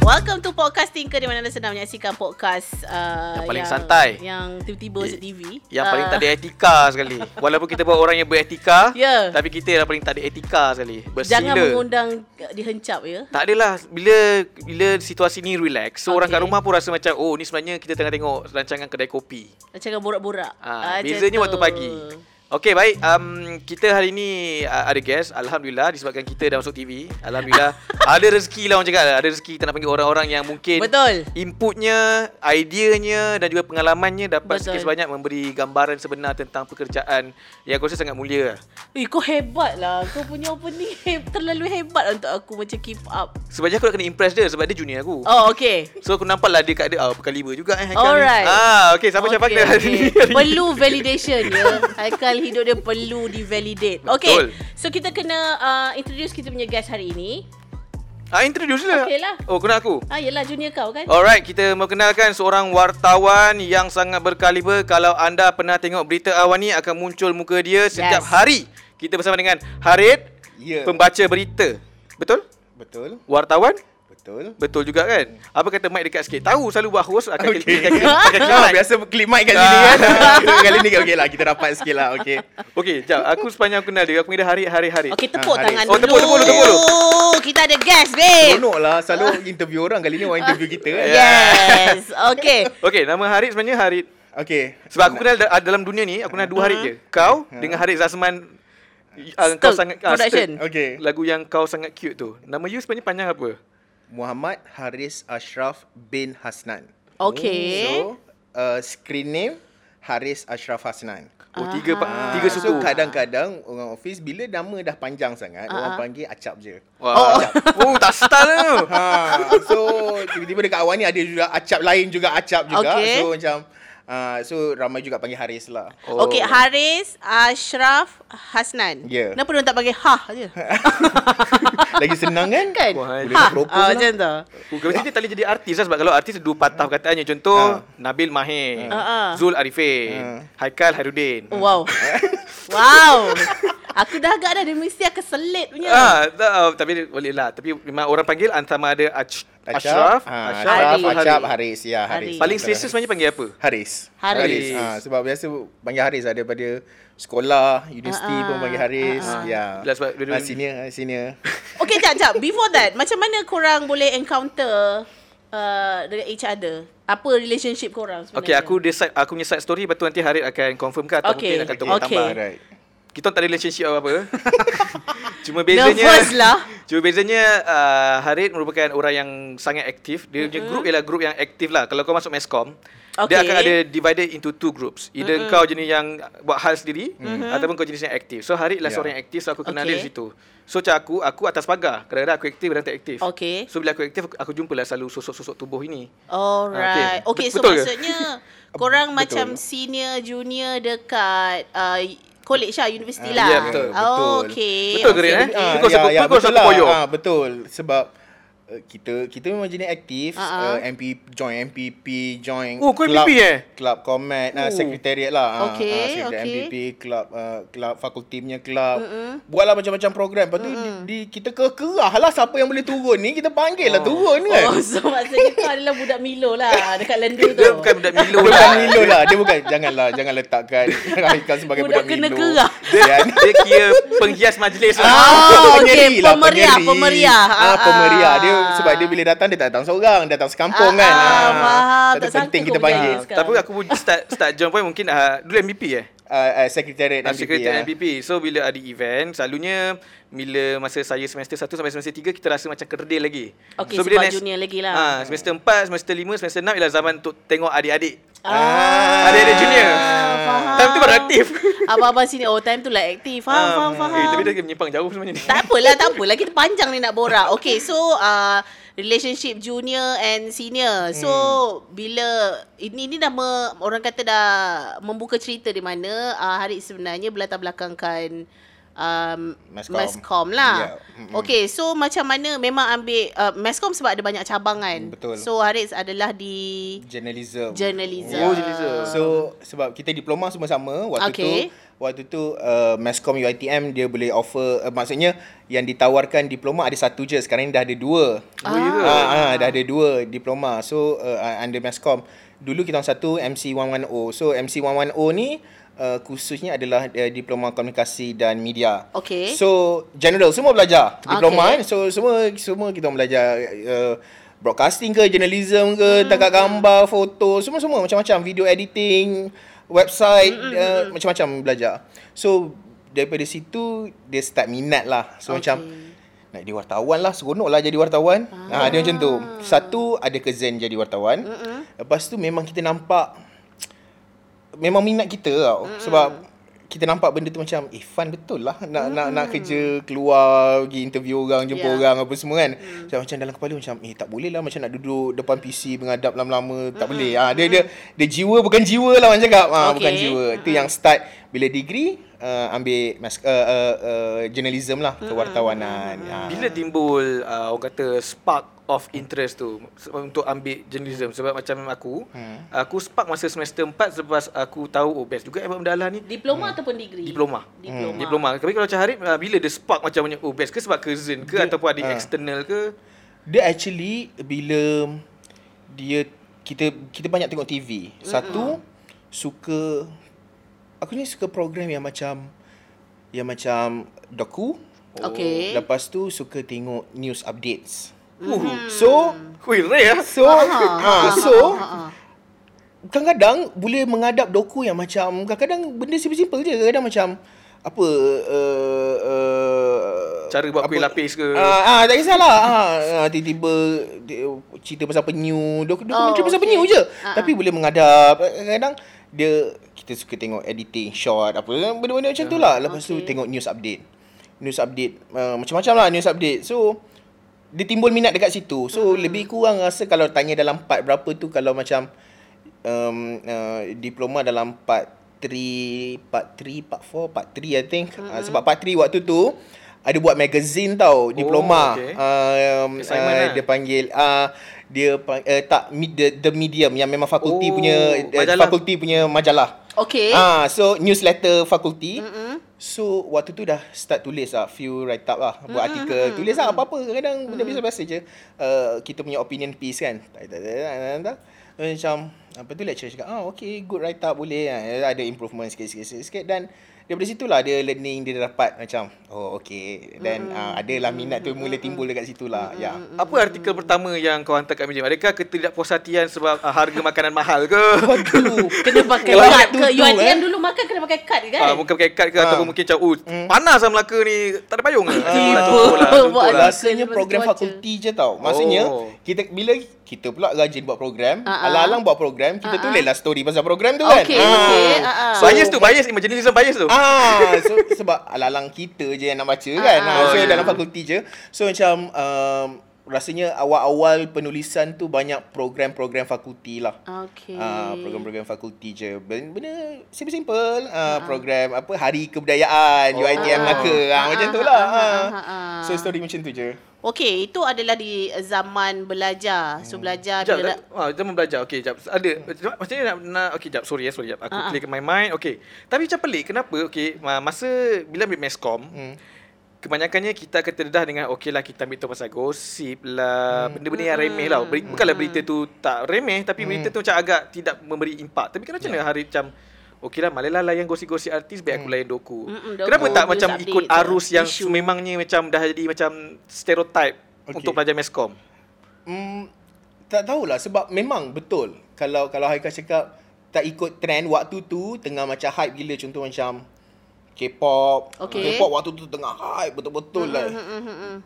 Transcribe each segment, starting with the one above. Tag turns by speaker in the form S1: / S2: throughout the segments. S1: Welcome to Podcast Thinker di mana anda sedang menyaksikan podcast uh,
S2: Yang paling santai.
S1: Yang tiba-tiba
S2: Y-
S1: set TV
S2: Yang paling
S1: Ah.
S2: tak ada etika sekali. Walaupun kita buat orang yang beretika,
S1: Ya.
S2: tapi kita yang paling tak ada etika sekali. Bersila.
S1: Jangan mengundang uh, dihencap ya
S2: Tak adalah bila bila situasi ni relax. So okay. orang
S1: Okey.
S2: kat rumah pun rasa macam oh ni sebenarnya kita tengah tengok rancangan kedai kopi.
S1: Macam kan borak-borak
S2: Ha,
S1: Ah,
S2: bezanya
S1: macam
S2: waktu
S1: tu.
S2: pagi. Okey baik, um, kita hari ni uh, ada guest. Alhamdulillah disebabkan kita dah masuk TV. Alhamdulillah ada rezeki lah orang cakap. Ada rezeki kita nak panggil orang-orang yang mungkin
S1: Betul
S2: inputnya, ideanya dan juga pengalamannya dapat
S1: Betul.
S2: Betul. sikit sebanyak memberi gambaran sebenar tentang pekerjaan yang aku rasa sangat mulia.
S1: Eh kau hebat lah Kau punya opening he- terlalu hebat untuk aku macam keep up
S2: Sebenarnya aku nak kena impress dia sebab dia junior aku. Oh.
S1: Oh okay
S2: So aku nampak lah dia kat dia ah, pekal lima juga eh Haikal ni.
S1: Alright.
S2: Ah, okay, siapa okay,
S1: Okey,
S2: siapa hari
S1: okey.
S2: ni. Hari ni.
S1: Perlu validation ya Haikal hidup dia perlu di-validate Okay
S2: Betul.
S1: So kita kena uh, introduce kita punya guest hari ini
S2: Ah, introduce lah.
S1: Okey lah.
S2: Oh, kena aku.
S1: Ah yelah junior kau kan
S2: Alright, kita memperkenalkan seorang wartawan yang sangat berkaliber. Kalau anda pernah tengok berita awan ni akan muncul muka dia setiap
S1: Yes.
S2: hari. Kita bersama dengan Harid,
S3: Ya.
S2: pembaca berita. Betul?
S3: Betul.
S2: Wartawan?
S3: Betul.
S2: Betul juga kan? Apa kata mic dekat sikit? Tahu selalu buat host akan okay.
S3: Okey.
S2: kaki kaki
S3: Ah, biasa klip mic kat sini kan. Kali ni okey lah kita rapat sikit lah okey.
S2: Okey, jap. Aku sepanjang aku kenal dia, aku panggil dia Harid, Harid, Harid.
S1: Okay tepuk
S3: Ah,
S1: tangan
S2: Haris. Oh,
S1: dulu
S2: tepuk, tepuk, tepuk, Oh,
S1: Kita ada guest
S2: Eh.
S1: babe
S3: Seronok lah selalu interview orang kali ni orang interview kita kan.
S1: Yes Okay
S2: Okey, nama Harid sebenarnya Harid.
S3: Okey.
S2: Sebab aku kenal da- dalam dunia ni, aku kenal dua Harid
S3: Mhm.
S2: je. Kau dengan Harid Zasman uh, kau
S1: Stuk
S2: sangat ah, Stuk.
S1: Production.
S3: Okey.
S2: Lagu yang kau sangat cute tu. Nama you sebenarnya panjang apa?
S3: Muhammad Haris Ashraf bin Hasnan.
S1: Okay
S3: So, uh, screen name Haris Ashraf Hasnan.
S2: Oh, tiga pa-
S3: Ah,
S2: tiga
S3: So
S2: suku.
S3: kadang-kadang orang office bila nama dah panjang sangat,
S2: Ah,
S3: orang panggil acap je.
S2: Wah. Oh, tak style tu.
S3: Ha, so tiba-tiba dekat awal ni ada juga acap lain juga acap juga.
S1: Okey.
S3: So macam uh, so ramai juga panggil Haris lah.
S2: Oh.
S1: Okay Haris Ashraf Hasnan
S3: Ya.
S1: Kenapa dia tak pakai Hah je
S3: Lagi senang kan?
S1: Kan
S2: Wah,
S3: boleh
S1: Ha
S3: propose
S1: ah,
S3: lah.
S1: Macam tu
S2: Oh, Kau mesti dia tak boleh jadi artis lah Sebab kalau artis Dua patah kataannya
S3: Ha.
S2: Contoh Nabil Mahir
S1: Ah, ah.
S2: Zul Arifin
S3: Ah.
S2: Haikal Hairudin
S1: Oh, Wow Wow Aku dah agak dah Dia mesti akan selit punya
S2: Ah, tak, ah, tapi boleh lah. Tapi memang orang panggil antara ada Ash, Ashraf,
S3: Ah,
S2: Ashraf,
S3: Ashraf,
S1: Haris.
S3: Acap, Haris. Ya, Haris.
S1: Haris.
S2: Paling selesa sebenarnya panggil apa?
S3: Haris.
S1: Haris.
S3: Ah, sebab biasa panggil Haris ada daripada sekolah, universiti
S1: Ah, ah,
S3: pun panggil Haris.
S1: ah, ah.
S3: Ya.
S2: Lah, sebab dia-
S3: ah, senior, ah, senior.
S1: Okay jap jap Before that Macam mana korang boleh encounter uh, Dengan each other Apa relationship korang sebenarnya
S2: Okey, aku decide aku punya side story lepas tu nanti Harid akan confirm ke atau
S1: Okey.
S2: mungkin akan
S1: Okey.
S2: okay. tambah.
S3: Alright.
S2: Kita orang tak ada relationship apa-apa. Cuma bezanya
S1: Nervous lah
S2: Cuma bezanya uh, Harid merupakan orang yang sangat aktif. Dia punya group ialah group yang aktif lah. Kalau kau masuk meskom,
S1: Okey.
S2: dia akan ada divided into two groups. Either kau jenis yang buat hal sendiri ataupun kau jenis yang aktif. So Harid lah
S3: Ya.
S2: seorang yang aktif so aku kenal
S1: Mm-hmm. Okey.
S2: dia di situ. So macam aku, aku atas pagar. Kadang-kadang aku aktif, kadang tak aktif.
S1: Okey.
S2: So bila aku aktif, aku, aku jumpalah selalu sosok-sosok tubuh ini.
S1: Alright.
S2: Ah,
S1: Okay,
S2: okey.
S1: so
S2: Bet- betul ke?
S1: maksudnya korang macam senior junior dekat uh, college lah, universiti
S3: Ah,
S1: lah.
S2: ya, betul,
S1: Oh,
S3: betul.
S1: okay.
S2: Betul ke,
S1: okay.
S2: Rin, eh?
S3: Ah,
S2: Kau sebut apa, kau
S3: betul
S2: sebut koyo.
S3: Ah, betul. Sebab uh, kita kita memang jenis aktif
S1: Ah, ah.
S3: uh, MP join MPP join
S2: Oh, kau MPP eh?
S3: club comment uh,
S2: Oh.
S3: secretariat lah Ah,
S1: Okey,
S3: ah, secretariat
S1: okey.
S3: MPP club uh, club fakulti punya club buatlah macam-macam program lepas tu di, di, kita kekerah lah siapa yang boleh turun ni kita panggil lah turun kan
S1: Oh, so maksudnya kau adalah budak Milo lah dekat lendu tu.
S2: Dia bukan budak Milo
S3: Bukan
S2: lah.
S3: Milo lah Dia bukan Janganlah Jangan letakkan Haikal sebagai
S1: Budak
S3: budak,
S1: kena
S3: Milo
S1: kerah.
S3: Dan
S2: Dia kira penghias majlis
S3: Ah.
S2: lah.
S1: Oh,
S3: Penyeri
S1: okey, pemeriah,
S3: penyeri.
S1: pemeriah.
S3: Ah,
S1: Ah,
S3: pemeriah. Dia
S1: ah.
S3: sebab dia bila datang dia tak datang seorang, dia datang sekampung
S1: Ah,
S3: kan.
S1: ah, faham.
S3: Tapi
S1: Tak sangka
S3: penting
S1: kau
S3: kita
S1: boleh
S3: panggil.
S1: sekarang.
S2: Tapi aku pun start start join point mungkin uh, dulu MVP eh.
S3: Ah, ah, Secretariat
S2: Ah,
S3: MPP.
S2: Secretariat
S3: ah.
S2: MPP. So bila ada event, selalunya bila masa saya semester 1 sampai semester 3 kita rasa macam kerdil lagi.
S1: Okey,
S2: so,
S1: sebab junior lagi lah.
S2: Ah, semester 4, semester 5, semester 6 ialah zaman untuk tengok adik-adik.
S1: Ah,
S2: Adik-adik junior.
S1: Faham.
S2: Time tu baru aktif.
S1: Abang-abang sini, oh time tu lah aktif. Faham,
S2: Ah,
S1: faham, faham.
S2: Eh, tapi dia menyimpang jauh sebenarnya ni.
S1: Tak apalah, tak apalah. Kita panjang ni nak borak. Okay, so uh, relationship junior and senior. So, hmm. bila ini ni dah me, orang kata dah membuka cerita di mana uh, Harid sebenarnya belakang belakangkan um,
S3: Mascom.
S1: Mascom lah.
S3: Ya, mm-mm.
S1: Okay, so macam mana memang ambil uh, Mascom sebab ada banyak cabang kan.
S3: Betul.
S1: So Haris adalah di
S3: Journalism.
S1: journalism.
S2: Oh, journalism.
S3: So sebab kita diploma semua sama waktu
S1: Okay.
S3: okay. tu waktu tu uh, Mascom UiTM dia boleh offer uh, maksudnya yang ditawarkan diploma ada satu je sekarang ni dah ada dua.
S2: Oh, ya ke?
S3: Ah, ah dah ada dua diploma. So uh, under Mascom dulu kita orang satu MC110. So MC110 ni uh, khususnya adalah uh, diploma komunikasi dan media.
S1: Okay.
S3: So general semua belajar diploma
S1: Okay.
S3: kan. So semua semua kita orang belajar uh, broadcasting ke journalism ke, hmm. tangkap gambar, foto, semua-semua macam-macam video editing, website hmm. uh, macam-macam belajar. So daripada situ dia start minat lah. So okay. macam nak jadi wartawan lah seronok lah jadi wartawan ah. ha, dia macam tu satu ada kezen jadi wartawan Mm-mm. lepas tu memang kita nampak memang minat kita tau Mm-mm. sebab kita nampak benda tu macam eh fun betul lah nak mm. nak nak kerja keluar pergi interview orang jumpa
S1: Yeah.
S3: yeah. orang apa semua kan mm. macam macam dalam kepala macam eh tak boleh lah macam nak duduk depan PC mengadap lama-lama tak boleh ah ha, dia dia dia jiwa bukan jiwa lah orang cakap ah ha,
S1: Okay.
S3: bukan jiwa itu yang start bila degree uh, ambil mas- uh, uh, uh, journalism lah kewartawanan Ah.
S2: Bila timbul uh, orang kata spark of interest tu se- untuk ambil journalism sebab macam aku hmm. aku spark masa semester 4 selepas aku tahu oh best juga eh buat benda ala ni
S1: Diploma ataupun degree?
S2: diploma.
S1: Hmm. Diploma.
S2: Diploma. Tapi kalau macam Harib uh, bila dia spark macam punya oh best ke sebab cousin ke ataupun ada
S3: ah.
S2: external ke
S3: Dia actually bila dia kita kita banyak tengok TV. Satu suka aku ni suka program yang macam yang macam doku.
S1: Okay.
S3: Lepas tu suka tengok news updates.
S2: uh
S3: So
S2: Wih, rare lah.
S3: so ah so
S1: Ah, ah.
S3: kadang-kadang boleh mengadap doku yang macam kadang-kadang benda simple-simple je kadang-kadang macam apa uh, uh,
S2: Cara buat kuih
S3: apa-
S2: lapis ke?
S3: ah ah tak kisahlah ah ah, tiba-tiba dia cerita pasal penyu doku dokumentari
S1: Oh,
S3: oh,
S1: okay.
S3: pasal okay. penyu je
S1: Ah,
S3: tapi boleh mengadap kadang-kadang dia kita suka tengok editing shot apa benda-benda macam tu lah lepas tu
S1: Okay.
S3: tengok news update news update uh, macam-macam lah news update so dia timbul minat dekat situ so hmm. lebih kurang rasa kalau tanya dalam part berapa tu kalau macam um, uh, diploma dalam part 3 part 3 part 4 part 3 I think hmm. uh, sebab part 3 waktu tu ada buat magazine tau diploma oh,
S2: okay.
S3: okay. uh, um,
S2: Assignment
S3: uh,
S2: lah.
S3: dia panggil uh, dia pang, uh, tak mid, the, the medium yang memang fakulti
S2: Oh,
S3: oh, punya uh,
S2: majalah.
S3: fakulti punya majalah
S1: Okay.
S3: Ah, so newsletter fakulti. So waktu tu dah start tulis lah few write up lah buat artikel tulis lah apa-apa kadang benda biasa-biasa je uh, kita punya opinion piece kan tak tak tak, tak tak, tak. macam apa tu lecturer cakap ah okay good write up boleh Ah, ada improvement sikit-sikit sikit-sikit dan daripada situ lah dia learning dia dapat macam oh okay dan uh, adalah minat tu mula timbul dekat situ lah ya
S2: Apa artikel pertama yang kau hantar kat meja? Adakah ketidakpuasatian sebab uh, harga makanan mahal ke?
S3: Aduh,
S1: Kena pakai
S3: Kalau
S1: kad
S3: tu
S1: ke?
S3: tu,
S1: UiTM
S3: eh.
S1: dulu makan kena pakai kad kan?
S2: Ah, mungkin pakai kad ke ataupun mungkin macam oh,
S3: Hmm.
S2: panas lah Melaka ni. Tak ada payung ke?
S1: Tiba.
S2: Ah, contoh lah,
S1: Buat
S2: contoh lah.
S1: artikel
S3: Rasanya
S1: lepas tu
S3: program
S1: baca.
S3: fakulti je tau. Maksudnya
S2: Oh.
S3: kita bila kita pula rajin buat program,
S1: Ah, ah.
S3: alang-alang buat program, kita
S1: Ah, ah.
S3: tulislah story pasal program tu kan.
S1: Okey, okey. Ah, ah.
S2: So, bias tu, bias. Imaginalism bias tu.
S3: Ah, so, sebab alang-alang kita je yang nak baca kan.
S1: Ah,
S3: Ah,
S1: ah.
S3: so
S2: Oh, ya.
S3: dalam fakulti je. So macam um, rasanya awal-awal penulisan tu banyak program-program fakulti lah.
S1: Okay.
S3: Ah, program-program fakulti je. Ben- Benda simple-simple. Ah, program apa Hari Kebudayaan
S2: Oh.
S3: UiTM
S2: Ah.
S3: Melaka. Ah,
S1: Ah,
S3: macam
S1: ah,
S3: tu lah.
S1: ah, ah,
S3: Ah.
S1: ah, ah.
S3: So story macam tu je.
S1: Okey, itu adalah di eh, zaman belajar.
S3: Hmm.
S1: So belajar
S2: Jap,
S1: bila nak-
S2: ah, jap belajar. Okey, jap. Ada jap, macam ni nak, nak okey, jap. Sorry ya, sorry jap. Aku
S1: Ah, ah.
S2: uh-huh. clear my mind. Okey. Tapi macam pelik kenapa? Okey, ma- masa bila ambil meskom, hmm. kebanyakannya kita akan terdedah dengan okey lah kita ambil tu pasal gosip lah, hmm. benda-benda yang remeh lah. Beri, bukanlah
S1: Hmm.
S2: berita tu tak remeh tapi berita tu macam agak tidak memberi impak. Tapi kenapa yeah. hari macam Okey lah, malah layan gosip-gosip artis Biar aku layan doku
S1: Mm-mm, doku,
S2: Kenapa tak
S1: news
S2: macam
S1: update
S2: ikut
S1: tu,
S2: arus Yang
S1: isu.
S2: memangnya macam Dah jadi macam Stereotype
S3: Okey.
S2: Untuk pelajar meskom
S3: Hmm, tak tahulah sebab memang betul kalau kalau Haikal cakap tak ikut trend waktu tu tengah macam hype gila contoh macam K-pop.
S1: Okay.
S3: K-pop waktu tu tengah hype
S1: Hmm,
S3: betul-betul lah.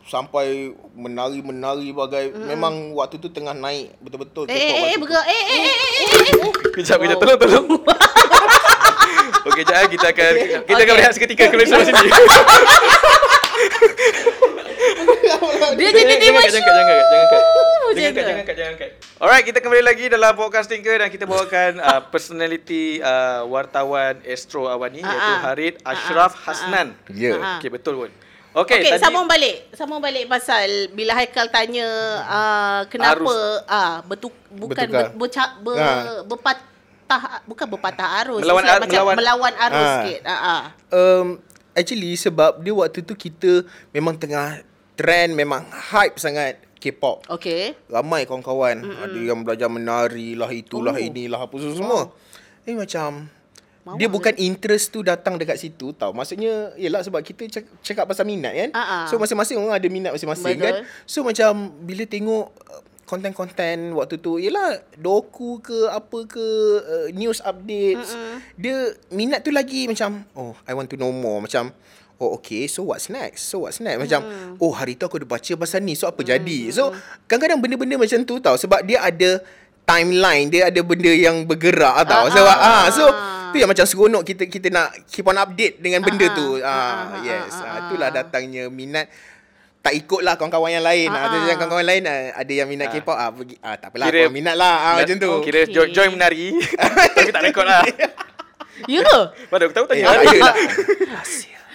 S3: Sampai menari-menari bagai memang waktu tu tengah naik
S1: Hmm.
S3: betul-betul
S1: Eh, eh, eh,
S3: waktu tu.
S1: bergerak. Eh, eh, eh, eh, eh, eh.
S2: Kejap, kejap.
S1: Wow.
S2: Tolong, tolong. Okey, kejap. eh. Kita akan kita akan
S1: Okay.
S2: berehat seketika ke Malaysia sini.
S1: Dia jadi
S2: Jangan
S1: tiba
S2: kat, jangan kat, jangan kat. Jangan kat. Jangan
S1: Macam
S2: kat,
S1: tu.
S2: jangan kat, jangan kat. Alright, kita kembali lagi dalam podcast Tinker dan kita bawakan uh, personality uh, wartawan Astro Awani
S1: Ah,
S2: iaitu
S1: ah.
S2: Harid
S1: Ah, ah. Ah,
S2: Ashraf
S1: ah.
S2: Hasnan.
S3: Ya.
S1: Ah.
S2: Okey, betul pun. Okey,
S1: Okay, okay
S2: tadi
S1: sambung balik. Sambung balik pasal bila Haikal tanya uh, kenapa ah uh, betu, bukan
S3: Bertukar.
S1: ber, berca, ber,
S3: Ah.
S1: berpatah bukan berpatah arus.
S2: Melawan
S1: It's
S2: ar-
S1: like macam
S2: melawan-
S1: melawan arus
S3: Ah.
S1: sikit. Ah ah.
S3: Um, actually sebab dia waktu tu kita memang tengah trend memang hype sangat K-pop.
S1: Okay.
S3: Ramai kawan-kawan mm ada yang belajar menari lah itulah
S1: Oh.
S3: oh. inilah apa semua. Oh. Eh macam
S1: Mawar
S3: dia bukan interest tu datang dekat situ tau. Maksudnya ialah sebab kita cak- cakap pasal minat kan.
S1: Ah, ah.
S3: So masing-masing orang ada minat masing-masing
S1: Betul.
S3: kan. So macam bila tengok uh, konten-konten waktu tu ialah doku ke apa ke uh, news updates Mm-mm. dia minat tu lagi macam oh I want to know more macam oh okay so what's next so what's next macam mm. oh hari tu aku ada baca pasal ni so apa mm. jadi so kadang-kadang benda-benda macam tu tau sebab dia ada timeline dia ada benda yang bergerak tau
S1: Ah,
S3: sebab
S1: ah.
S3: ah so tu yang macam seronok kita kita nak keep on update dengan benda
S1: Ah,
S3: tu
S1: ah, ah,
S3: ah
S1: ah,
S3: yes
S1: ah,
S3: ah
S1: ah.
S3: itulah datangnya minat tak ikut lah kawan-kawan yang
S1: Ah,
S3: lain. Ah,
S1: ah.
S3: ada yang kawan-kawan lain ah, ada yang minat
S2: Ah.
S3: K-pop ah pergi ah tak apalah
S2: Kira-
S3: kau minat lah ah macam tu.
S2: Kira
S1: Okey.
S2: jo- join menari. Tapi tak rekod lah.
S1: Ya ke?
S2: Pada aku tahu
S3: Eh,
S2: tanya.
S3: ada lah.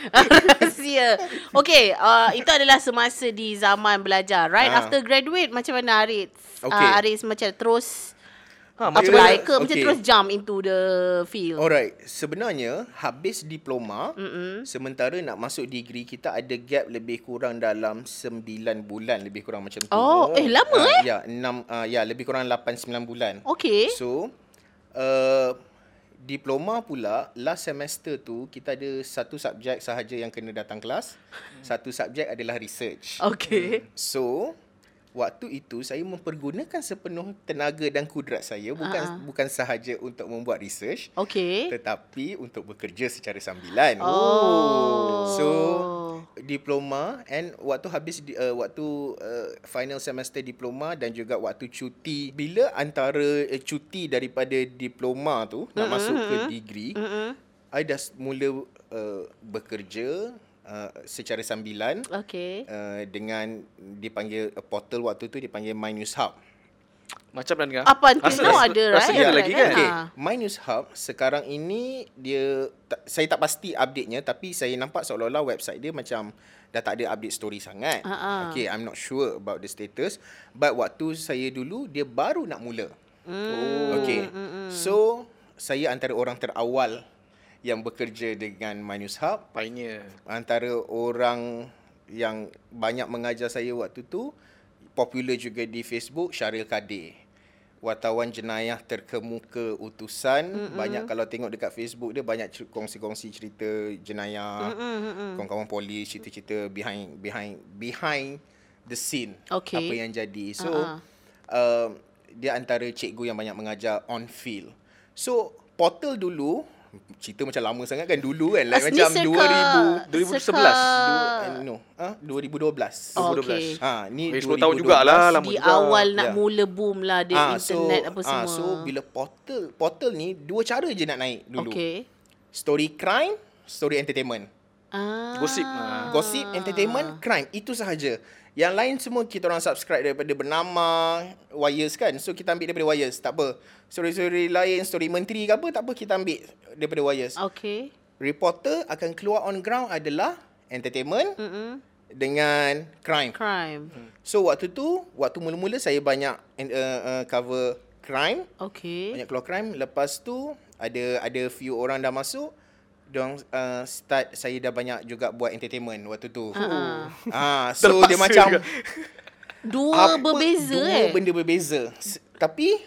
S1: Rahsia. Okay, uh, itu adalah semasa di zaman belajar. Right
S3: Ah.
S1: after graduate macam mana Arif? Okay.
S3: Okay.
S1: Uh, Arif macam terus
S2: Ha,
S1: apply
S2: macam mana?
S3: mana?
S1: ke macam
S3: Okay. Oh.
S1: terus jump into the field.
S3: Alright, sebenarnya habis diploma, Mm-mm. sementara nak masuk degree kita ada gap lebih kurang dalam 9 bulan lebih kurang macam tu.
S1: Oh, eh, lama,
S3: Ah, Ya, 6 ah, ya lebih kurang 8 9 bulan.
S1: Okay.
S3: So, uh, diploma pula last semester tu kita ada satu subjek sahaja yang kena datang kelas.
S1: Hmm.
S3: Satu subjek adalah research.
S1: Okay.
S3: So, waktu itu saya mempergunakan sepenuh tenaga dan kudrat saya bukan
S1: Ah, ah.
S3: bukan sahaja untuk membuat research
S1: Okay.
S3: tetapi untuk bekerja secara sambilan.
S1: Oh.
S3: So diploma and waktu habis di- uh, waktu uh, final semester diploma dan juga waktu cuti bila antara uh, cuti daripada diploma tu nak masuk ke degree
S1: Mm-mm.
S3: I dah s- mula uh, bekerja uh, secara sambilan
S1: Okay.
S3: uh, dengan dipanggil uh, portal waktu tu dipanggil My News Hub.
S2: Macam mana dengar?
S1: Up until
S2: Rasa-
S1: now
S2: rasa-
S1: ada,
S2: Rasanya
S1: right?
S2: ada lagi
S1: Right,
S2: kan?
S1: right,
S3: Okay,
S1: Ah.
S3: My News Hub sekarang ini dia tak, saya tak pasti update-nya tapi saya nampak seolah-olah website dia macam dah tak ada update story sangat.
S1: Ah, ah.
S3: Okay, I'm not sure about the status but waktu saya dulu dia baru nak mula.
S1: Mm.
S3: Okay. So saya antara orang terawal yang bekerja dengan My News Hub
S2: Pioneer.
S3: antara orang yang banyak mengajar saya waktu tu popular juga di Facebook Syaril Kadir wartawan jenayah terkemuka utusan mm-hmm. banyak kalau tengok dekat Facebook dia banyak cer- kongsi-kongsi cerita jenayah mm-hmm. kawan-kawan polis cerita-cerita behind behind behind the scene
S1: Okay.
S3: apa yang jadi so
S1: Ah, ah.
S3: uh-huh. um, dia antara cikgu yang banyak mengajar on field so portal dulu cerita macam lama sangat kan dulu kan like
S1: As- ni
S3: macam
S1: circa-
S2: 2011.
S3: 2000
S1: circa-
S3: Uh, no. Ah, 2012.
S1: Oh,
S2: 2012.
S1: okay.
S3: Ha, ni
S2: Eh, 10 tahun jugalah,
S3: Ah,
S2: lama
S1: Di
S2: juga.
S1: awal nak
S3: Ya.
S1: mula boom lah dia
S3: Ah,
S1: internet apa semua.
S3: ah, so bila portal portal ni dua cara je nak naik dulu.
S1: Okay.
S3: Story crime, story entertainment.
S1: Ah.
S2: Gosip, ah.
S3: Gossip, entertainment, crime. Itu sahaja. Yang lain semua kita orang subscribe daripada bernama Wires kan. So kita ambil daripada Wires, tak apa. Story-story lain, story menteri ke apa, tak apa kita ambil daripada Wires.
S1: Ah. Okay.
S3: Reporter akan keluar on ground adalah entertainment
S1: Mm-mm.
S3: dengan crime.
S1: Crime.
S3: So waktu tu, waktu mula-mula saya banyak uh, uh, cover crime,
S1: Okay.
S3: banyak keluar crime. Lepas tu ada ada few orang dah masuk. Diorang uh, start saya dah banyak juga buat entertainment waktu tu.
S1: Ah,
S3: Ah, so dia
S2: Terpaksa
S3: macam
S2: juga.
S1: Dua berbeza
S3: dua
S1: eh.
S3: benda berbeza. S- Tapi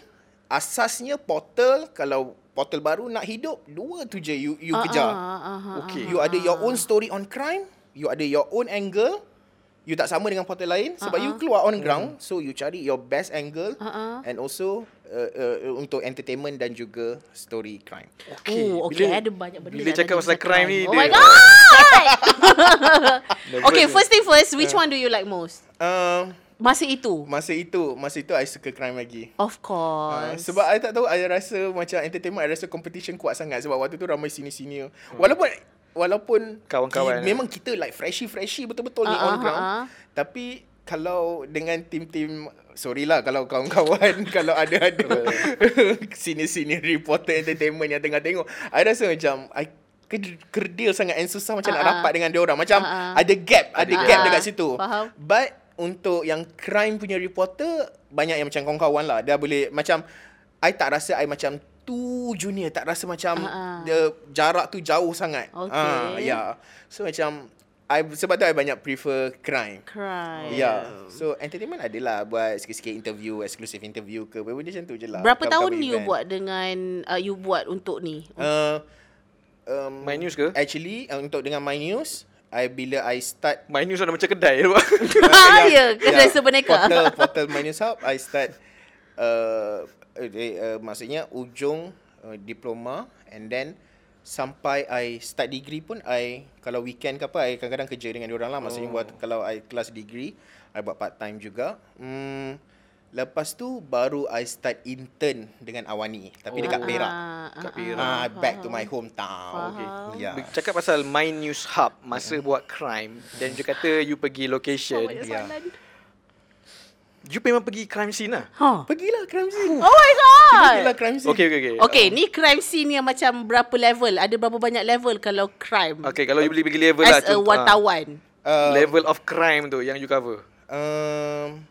S3: asasnya portal kalau portal baru nak hidup dua tu je you you
S1: Ah,
S3: kejar.
S1: ah, ah, ah,
S2: Okey.
S3: You ada your own story on crime, you ada your own angle. You tak sama dengan portal lain sebab uh-huh. you keluar on ground, so you cari your best angle
S1: Hmm. Ah, ah.
S3: and also uh, uh, untuk entertainment dan juga story crime.
S2: Okey,
S1: Oh, okay.
S2: bila-
S1: ada banyak benda.
S2: bila
S1: lah
S2: cakap
S1: tadi
S2: pasal crime ni,
S1: Oh
S2: dia-
S1: my god!
S2: Nervous
S1: okay,
S2: ni.
S1: first thing first,
S3: Ah.
S1: which one do you like most?
S3: Uh,
S1: Masa itu?
S3: masa itu, masa itu I suka crime lagi.
S1: Of
S3: Uh,
S1: course.
S3: sebab I tak tahu I rasa macam entertainment I rasa competition kuat sangat sebab waktu tu ramai senior-senior. Walaupun walaupun
S2: Kawan-kawan,
S3: lah. ki- memang kita like freshie-freshie betul-betul ni
S1: Ah,
S3: on
S1: ah,
S3: ground.
S1: ah, ah.
S3: Tapi kalau dengan tim-tim sorry lah kalau kawan-kawan kalau ada ada senior-senior reporter entertainment yang tengah tengok I rasa macam I ker- kerdil sangat and susah macam
S1: Ah,
S3: nak
S1: ah.
S3: rapat dengan dia orang macam
S1: Ah, ah.
S3: ada gap ada
S2: Ada
S3: gap
S1: gap.
S3: dekat situ
S1: Faham.
S3: but untuk yang crime punya reporter banyak yang macam kawan-kawan lah dia boleh macam I tak rasa I macam tu junior tak rasa macam
S1: Ah, ah.
S3: dia jarak tu jauh sangat
S1: Okay.
S3: ah yeah so macam I sebab tu I banyak prefer crime
S1: Cry.
S3: Ya. Yeah. So entertainment adalah buat sikit-sikit interview, exclusive interview ke benda macam tu je lah.
S1: Berapa
S3: Cover-cover
S1: tahun you
S3: event.
S1: buat dengan uh, you buat untuk ni?
S3: Uh, um,
S2: My News ke?
S3: Actually uh, untuk dengan My News, I bila I start
S2: My News ada macam kedai tu.
S1: Ah, ya, kedai sebenarnya.
S3: Portal portal My News Hub, I start uh, eh, uh, maksudnya ujung uh, diploma and then sampai I start degree pun I kalau weekend ke apa I kadang-kadang kerja dengan diorang lah maksudnya
S1: Oh.
S3: buat kalau I kelas degree I buat part time juga hmm lepas tu baru I start intern dengan Awani tapi oh. dekat
S1: Ah,
S3: Perak
S1: ah,
S2: Kat
S1: ah,
S2: Perak.
S1: ah,
S3: ah back to
S1: faham.
S3: my hometown Ya.
S1: Okay.
S3: yeah
S2: Cakap pasal My News Hub masa buat crime dan you kata you pergi location.
S1: Banyak
S3: Yeah.
S1: soalan.
S2: You memang pergi crime scene lah.
S1: Huh.
S3: pergilah crime scene
S1: Oh my god.
S3: pergilah crime scene
S2: Okay, okay, okay.
S1: Okay, ni crime scene yang macam berapa level? Ada berapa banyak level kalau crime?
S3: Ah,
S2: Okay, kalau you boleh pergi level
S1: As
S2: lah.
S1: a
S2: contoh-
S1: wartawan.
S2: ah,
S3: uh,
S2: level of crime tu yang you cover.
S3: um,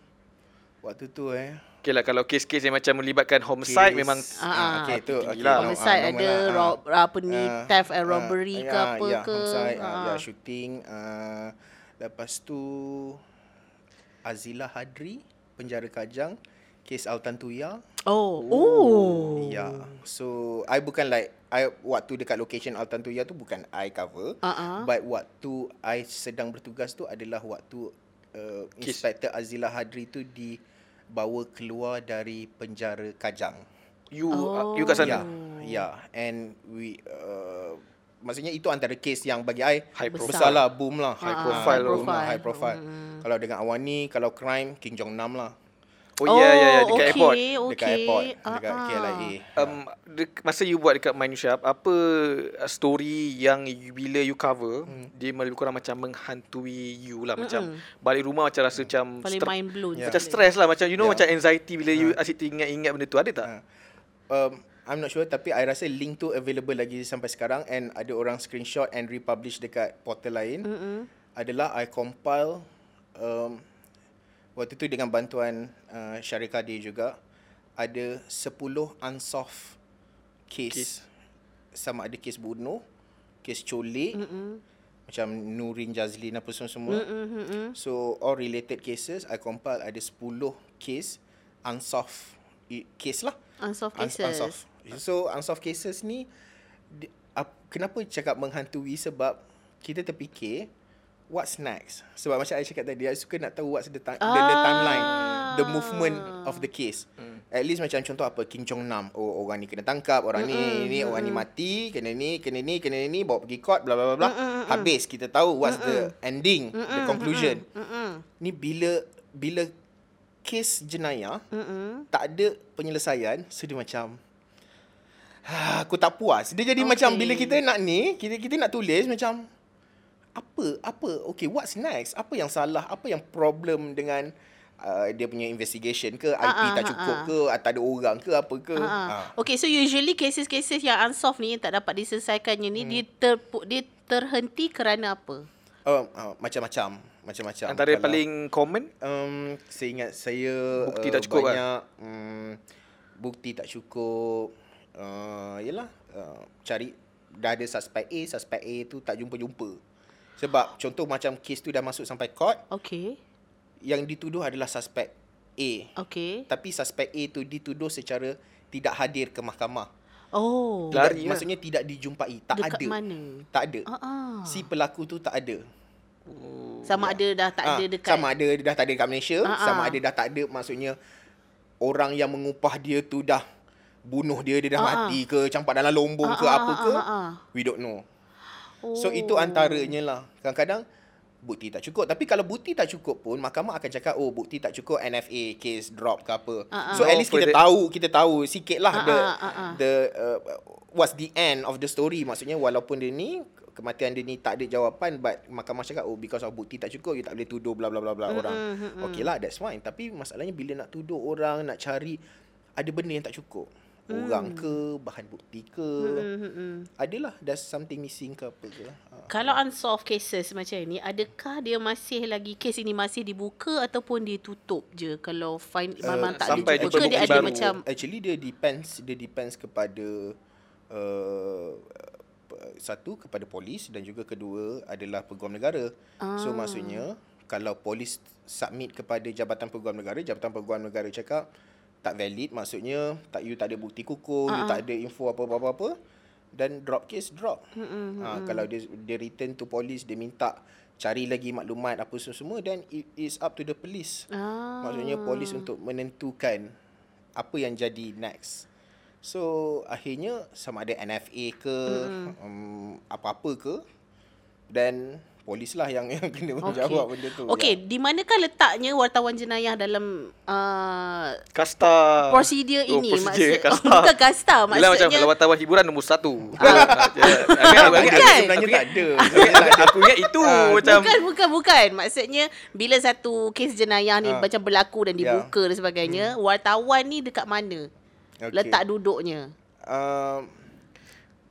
S3: waktu tu eh
S2: Okay lah, kalau kes-kes yang macam melibatkan homicide
S3: Case.
S2: memang...
S1: Ah, ah.
S3: okay tu
S2: Tinggi
S3: okay,
S2: lah.
S3: no,
S1: Homicide
S3: ah,
S1: ada
S3: normal lah,
S1: rob, apa ni
S3: Ah,
S1: theft
S3: ah,
S1: and robbery ke
S3: ah,
S1: apa
S3: ya,
S1: ke.
S3: homicide, ah, ya
S1: Ah.
S3: shooting ah, lepas tu Azila Hadri penjara Kajang kes Altan Tuya
S1: Oh. Oh.
S3: ya so I bukan like I waktu dekat location Altan Tuya tu bukan I cover
S1: Ah, ah.
S3: but waktu I sedang bertugas tu adalah waktu uh,
S2: Kes.
S3: Inspector Azila Hadri tu dibawa keluar dari penjara Kajang
S2: You
S1: Oh.
S2: uh, you kat sana.
S3: Ya, ya. And we uh, maksudnya itu antara kes yang bagi I
S2: High
S1: Besar. Hmm.
S3: besar lah, boom lah,
S2: High
S3: Ah,
S2: profile
S3: boom
S2: lah.
S3: lah, high profile. Kalau dengan Awani, kalau crime King Jong Nam lah.
S2: Oh, ya ya ya dekat
S1: okay,
S2: airport.
S1: Okay.
S3: Dekat airport, dekat
S1: Ah, ah.
S3: KLIA.
S2: Um, de- masa you buat dekat Minusia apa uh, story yang you, bila you cover hmm. dia lebih kurang macam menghantui you lah macam balik rumah macam rasa macam
S1: Paling
S2: stre-
S1: mind blown.
S3: Ya.
S2: macam stress lah macam you know
S3: Ya.
S2: macam anxiety bila you asyik ingat-ingat benda tu ada tak?
S3: Ah. Um, I'm not sure tapi I rasa link tu available lagi sampai sekarang and ada orang screenshot and republish dekat portal lain. Mm-hmm. Adalah I compile um, waktu tu dengan bantuan uh, Syarika Kadir juga ada 10 unsolved case.
S2: Case.
S3: Sama ada kes bunuh, kes colik, mm-hmm. macam Nurin Jazlin apa semua-semua. Mm-hmm. So all related cases I compile ada 10 case unsolved i- case lah.
S1: Unsolved
S3: Un-
S1: cases.
S3: Unsolved. So unsolved cases ni di, ap, kenapa cakap menghantui sebab kita terfikir what's next. Sebab macam I cakap tadi I suka nak tahu what's the, ti- the, the timeline, the movement of the case. At least macam contoh apa King Chong Nam. Oh orang ni kena tangkap, orang ni ni orang ni mati, kena ni, kena ni, kena ni bawa pergi court bla bla bla bla. Habis kita tahu what's the ending, the conclusion. Ni bila bila kes jenayah Mm-mm. tak ada penyelesaian so dia macam "Ah, aku tak puas dia jadi okay. macam
S1: Okay.
S3: bila kita nak ni kita kita nak tulis macam apa apa okay what's next apa yang salah apa yang problem dengan uh, dia punya investigation ke IP
S1: ah,
S3: tak
S1: ah,
S3: cukup
S1: ah.
S3: ke ah, tak ada orang ke apa ke
S1: Ah, ah. Okay, so usually cases-cases yang unsolved ni yang tak dapat diselesaikannya ni
S3: Hmm.
S1: dia ter, dia terhenti kerana apa?
S3: Uh, uh, macam-macam macam-macam
S2: Antara
S3: Kalau-
S2: paling common
S3: Um, saya ingat saya eh,
S2: Bukti tak cukup kan?
S3: banyak um, bukti tak cukup. Uh, yelah, uh, cari dah ada suspek A, suspek A tu tak jumpa-jumpa. Sebab contoh macam kes tu dah masuk sampai court,
S1: Okay.
S3: yang dituduh adalah suspek A.
S1: Okay.
S3: Tapi suspek A tu dituduh secara tidak hadir ke mahkamah.
S1: Oh.
S2: Lah,
S3: Tidak,
S2: Lari lah.
S3: maksudnya tidak dijumpai, tak
S1: Dekat
S3: ada. Ya.
S1: mana?
S3: Tak ada.
S1: Ah, ah.
S3: Si pelaku tu tak ada.
S1: Sama ada dah tak ada
S3: Ah,
S1: dekat
S3: Sama ada dah tak ada dekat Malaysia,
S1: Ah, ah.
S3: sama ada dah tak ada maksudnya orang yang mengupah dia tu dah bunuh dia, dia dah
S1: Ah, ah.
S3: mati ke, campak dalam lombong
S1: Ah,
S3: ke
S1: ah,
S3: apa
S1: ah,
S3: ke.
S1: ah, ah.
S3: We don't know.
S1: Oh.
S3: So itu antaranya lah. Kadang-kadang bukti tak cukup. Tapi kalau bukti tak cukup pun mahkamah akan cakap oh bukti tak cukup NFA case drop ke apa.
S1: Ah, ah.
S3: So at least
S2: Oh,
S3: kita
S2: further-
S3: tahu, kita tahu sikit lah
S1: Ah,
S3: the
S1: ah, ah, ah.
S3: the uh, what's the end of the story maksudnya walaupun dia ni kematian dia ni tak ada jawapan but mahkamah cakap oh because of bukti tak cukup you tak boleh tuduh bla bla bla bla orang. Okey lah that's fine tapi masalahnya bila nak tuduh orang nak cari ada benda yang tak cukup.
S1: Mm.
S3: Orang ke bahan bukti ke. Adalah there's something missing ke apa ke lah. Ha.
S1: Kalau unsolved cases macam ni, adakah dia masih lagi kes ini masih dibuka ataupun ditutup je kalau find
S3: Eh,
S1: uh, memang tak
S2: sampai
S1: ada jumpa
S2: jumpa
S1: ke dia
S2: bukti
S1: ada
S2: baru.
S1: macam
S3: actually dia depends dia depends kepada uh, p- satu kepada polis dan juga kedua adalah peguam negara. Ah. So maksudnya kalau polis submit kepada Jabatan Peguam Negara, Jabatan Peguam Negara cakap tak valid maksudnya tak you tak ada bukti kukuh, you
S1: Ah.
S3: tak ada info apa-apa apa dan drop case drop. Mm-hmm. Ha, kalau dia dia return to polis dia minta cari lagi maklumat apa semua then it is up to the police.
S1: ah,
S3: Maksudnya polis untuk menentukan apa yang jadi next. So akhirnya sama ada NFA ke mm. um, apa-apa ke dan polis lah yang yang kena menjawab benda tu.
S1: Okey, di manakah letaknya wartawan jenayah dalam uh,
S2: Kasta.
S1: prosedur
S2: Oh,
S1: ini
S2: prosedur,
S1: maksud
S2: kasta.
S1: bukan kasta
S2: Yelah macam
S1: maksudnya
S2: kalau wartawan hiburan nombor satu. Ah, je. Aku
S3: Ya.
S2: ingat- aku ingat-
S3: Kan?
S1: Kan?
S3: Sebenarnya tak ada.
S2: aku ingat- Aku ingat itu
S3: Ah,
S2: macam
S1: bukan bukan bukan maksudnya bila satu kes jenayah ni
S3: Ah.
S1: macam berlaku dan
S3: Ya.
S1: dibuka dan sebagainya wartawan ni dekat mana
S3: Okey.
S1: letak duduknya
S3: Um,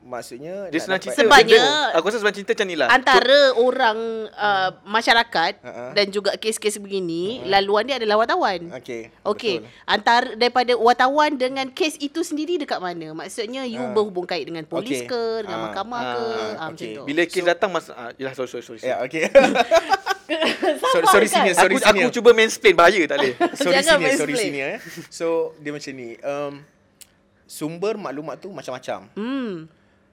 S3: maksudnya
S2: dia
S3: nak
S2: senang
S3: dapat-
S2: cerita.
S1: Sebabnya-
S2: Aku rasa senang cerita macam ni lah.
S3: Ah,
S1: antara orang uh,
S3: Hmm.
S1: masyarakat
S3: Ha-ha.
S1: dan juga kes-kes
S3: Ah,
S1: begini laluan dia adalah wartawan
S3: Okey.
S1: Okey,
S3: betul.
S1: antara daripada wartawan dengan kes itu sendiri dekat mana? Maksudnya you
S3: Ah.
S1: berhubung kait dengan polis
S3: Okey.
S1: ke, dengan
S3: Ah,
S1: mahkamah ke,
S3: ah,
S1: ah, macam
S3: okey.
S1: tu.
S2: Bila kes datang mas ah, yalah sorry sorry sorry.
S3: Ya, okey.
S1: Sabar
S3: sorry, sorry
S1: kan?
S2: Sorry,
S3: senior, sorry
S2: aku, aku
S3: senior.
S2: cuba mansplain bahaya tak boleh.
S3: sorry
S1: Jangan
S3: senior, sorry
S1: mansplain.
S3: senior eh. So dia macam ni. Um, sumber maklumat tu macam-macam.
S1: Hmm.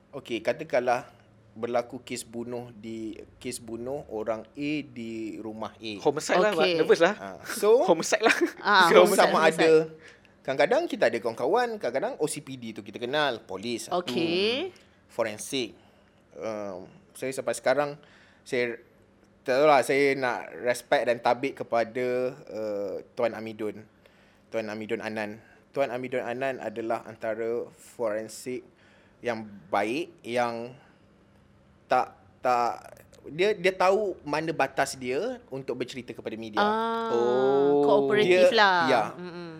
S3: Okey, katakanlah berlaku kes bunuh di kes bunuh orang A di rumah A.
S2: Homicide lah,
S1: Okey.
S2: nervous lah.
S3: Ha, so
S2: Homicide lah.
S1: Ah,
S3: so
S1: homicide,
S3: sama
S1: homicide.
S3: ada kadang-kadang kita ada kawan-kawan, kadang-kadang OCPD tu kita kenal, polis satu, Hmm.
S1: Okey.
S3: forensik. Um, saya sampai sekarang saya tak tahu lah saya nak respect dan tabik kepada uh, Tuan Amidun. Tuan Amidun Anan. Tuan Amidun Anan adalah antara forensik yang baik yang tak tak dia dia tahu mana batas dia untuk bercerita kepada media.
S1: Ah,
S2: Oh.
S1: kooperatif
S3: Dia-
S1: lah.
S3: ya.
S1: Mm-mm.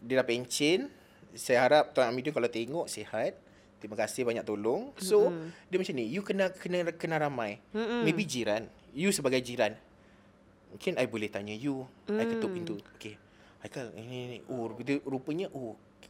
S3: dia dah pencin. Saya harap Tuan Amidun kalau tengok sihat. Terima kasih banyak tolong. So, mm-hmm. dia macam ni, you kena kena kena ramai. Mm-hmm. Maybe jiran. You sebagai jiran. Mungkin I boleh tanya you. Mm. I ketuk pintu. Okay. Haikal, ini, ini. Oh, dia, rupanya, oh. Kes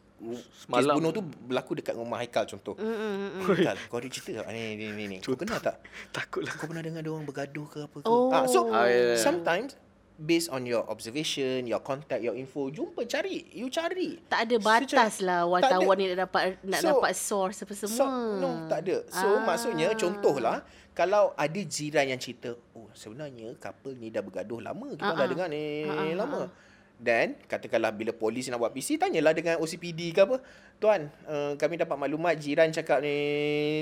S2: Semalam.
S3: bunuh tu berlaku dekat rumah Haikal contoh. Mm-hmm. Haikal, kau ada cerita tak? Ni, ni, ni, ni. Kau kenal tak?
S2: Takut lah.
S3: Kau pernah dengar dia orang bergaduh ke apa ke?
S1: Oh.
S3: Ah, so
S2: Ah, ya, ya.
S3: sometimes based on your observation, your contact, your info, jumpa cari, you cari.
S1: Tak ada
S3: So,
S1: batas
S3: cari-
S1: lah
S3: tak
S1: wartawan
S3: ada.
S1: ni nak dapat nak
S3: So-
S1: dapat source apa semua.
S3: So, no, tak ada. So ah. maksudnya contohlah kalau ada jiran yang cerita, oh sebenarnya couple ni dah bergaduh lama, kita dah
S1: Ah-ah.
S3: dengar ni
S1: Ah-ah,
S3: lama. Dan katakanlah bila polis nak buat PC tanyalah dengan OCPD ke apa. Tuan, uh, kami dapat maklumat jiran cakap ni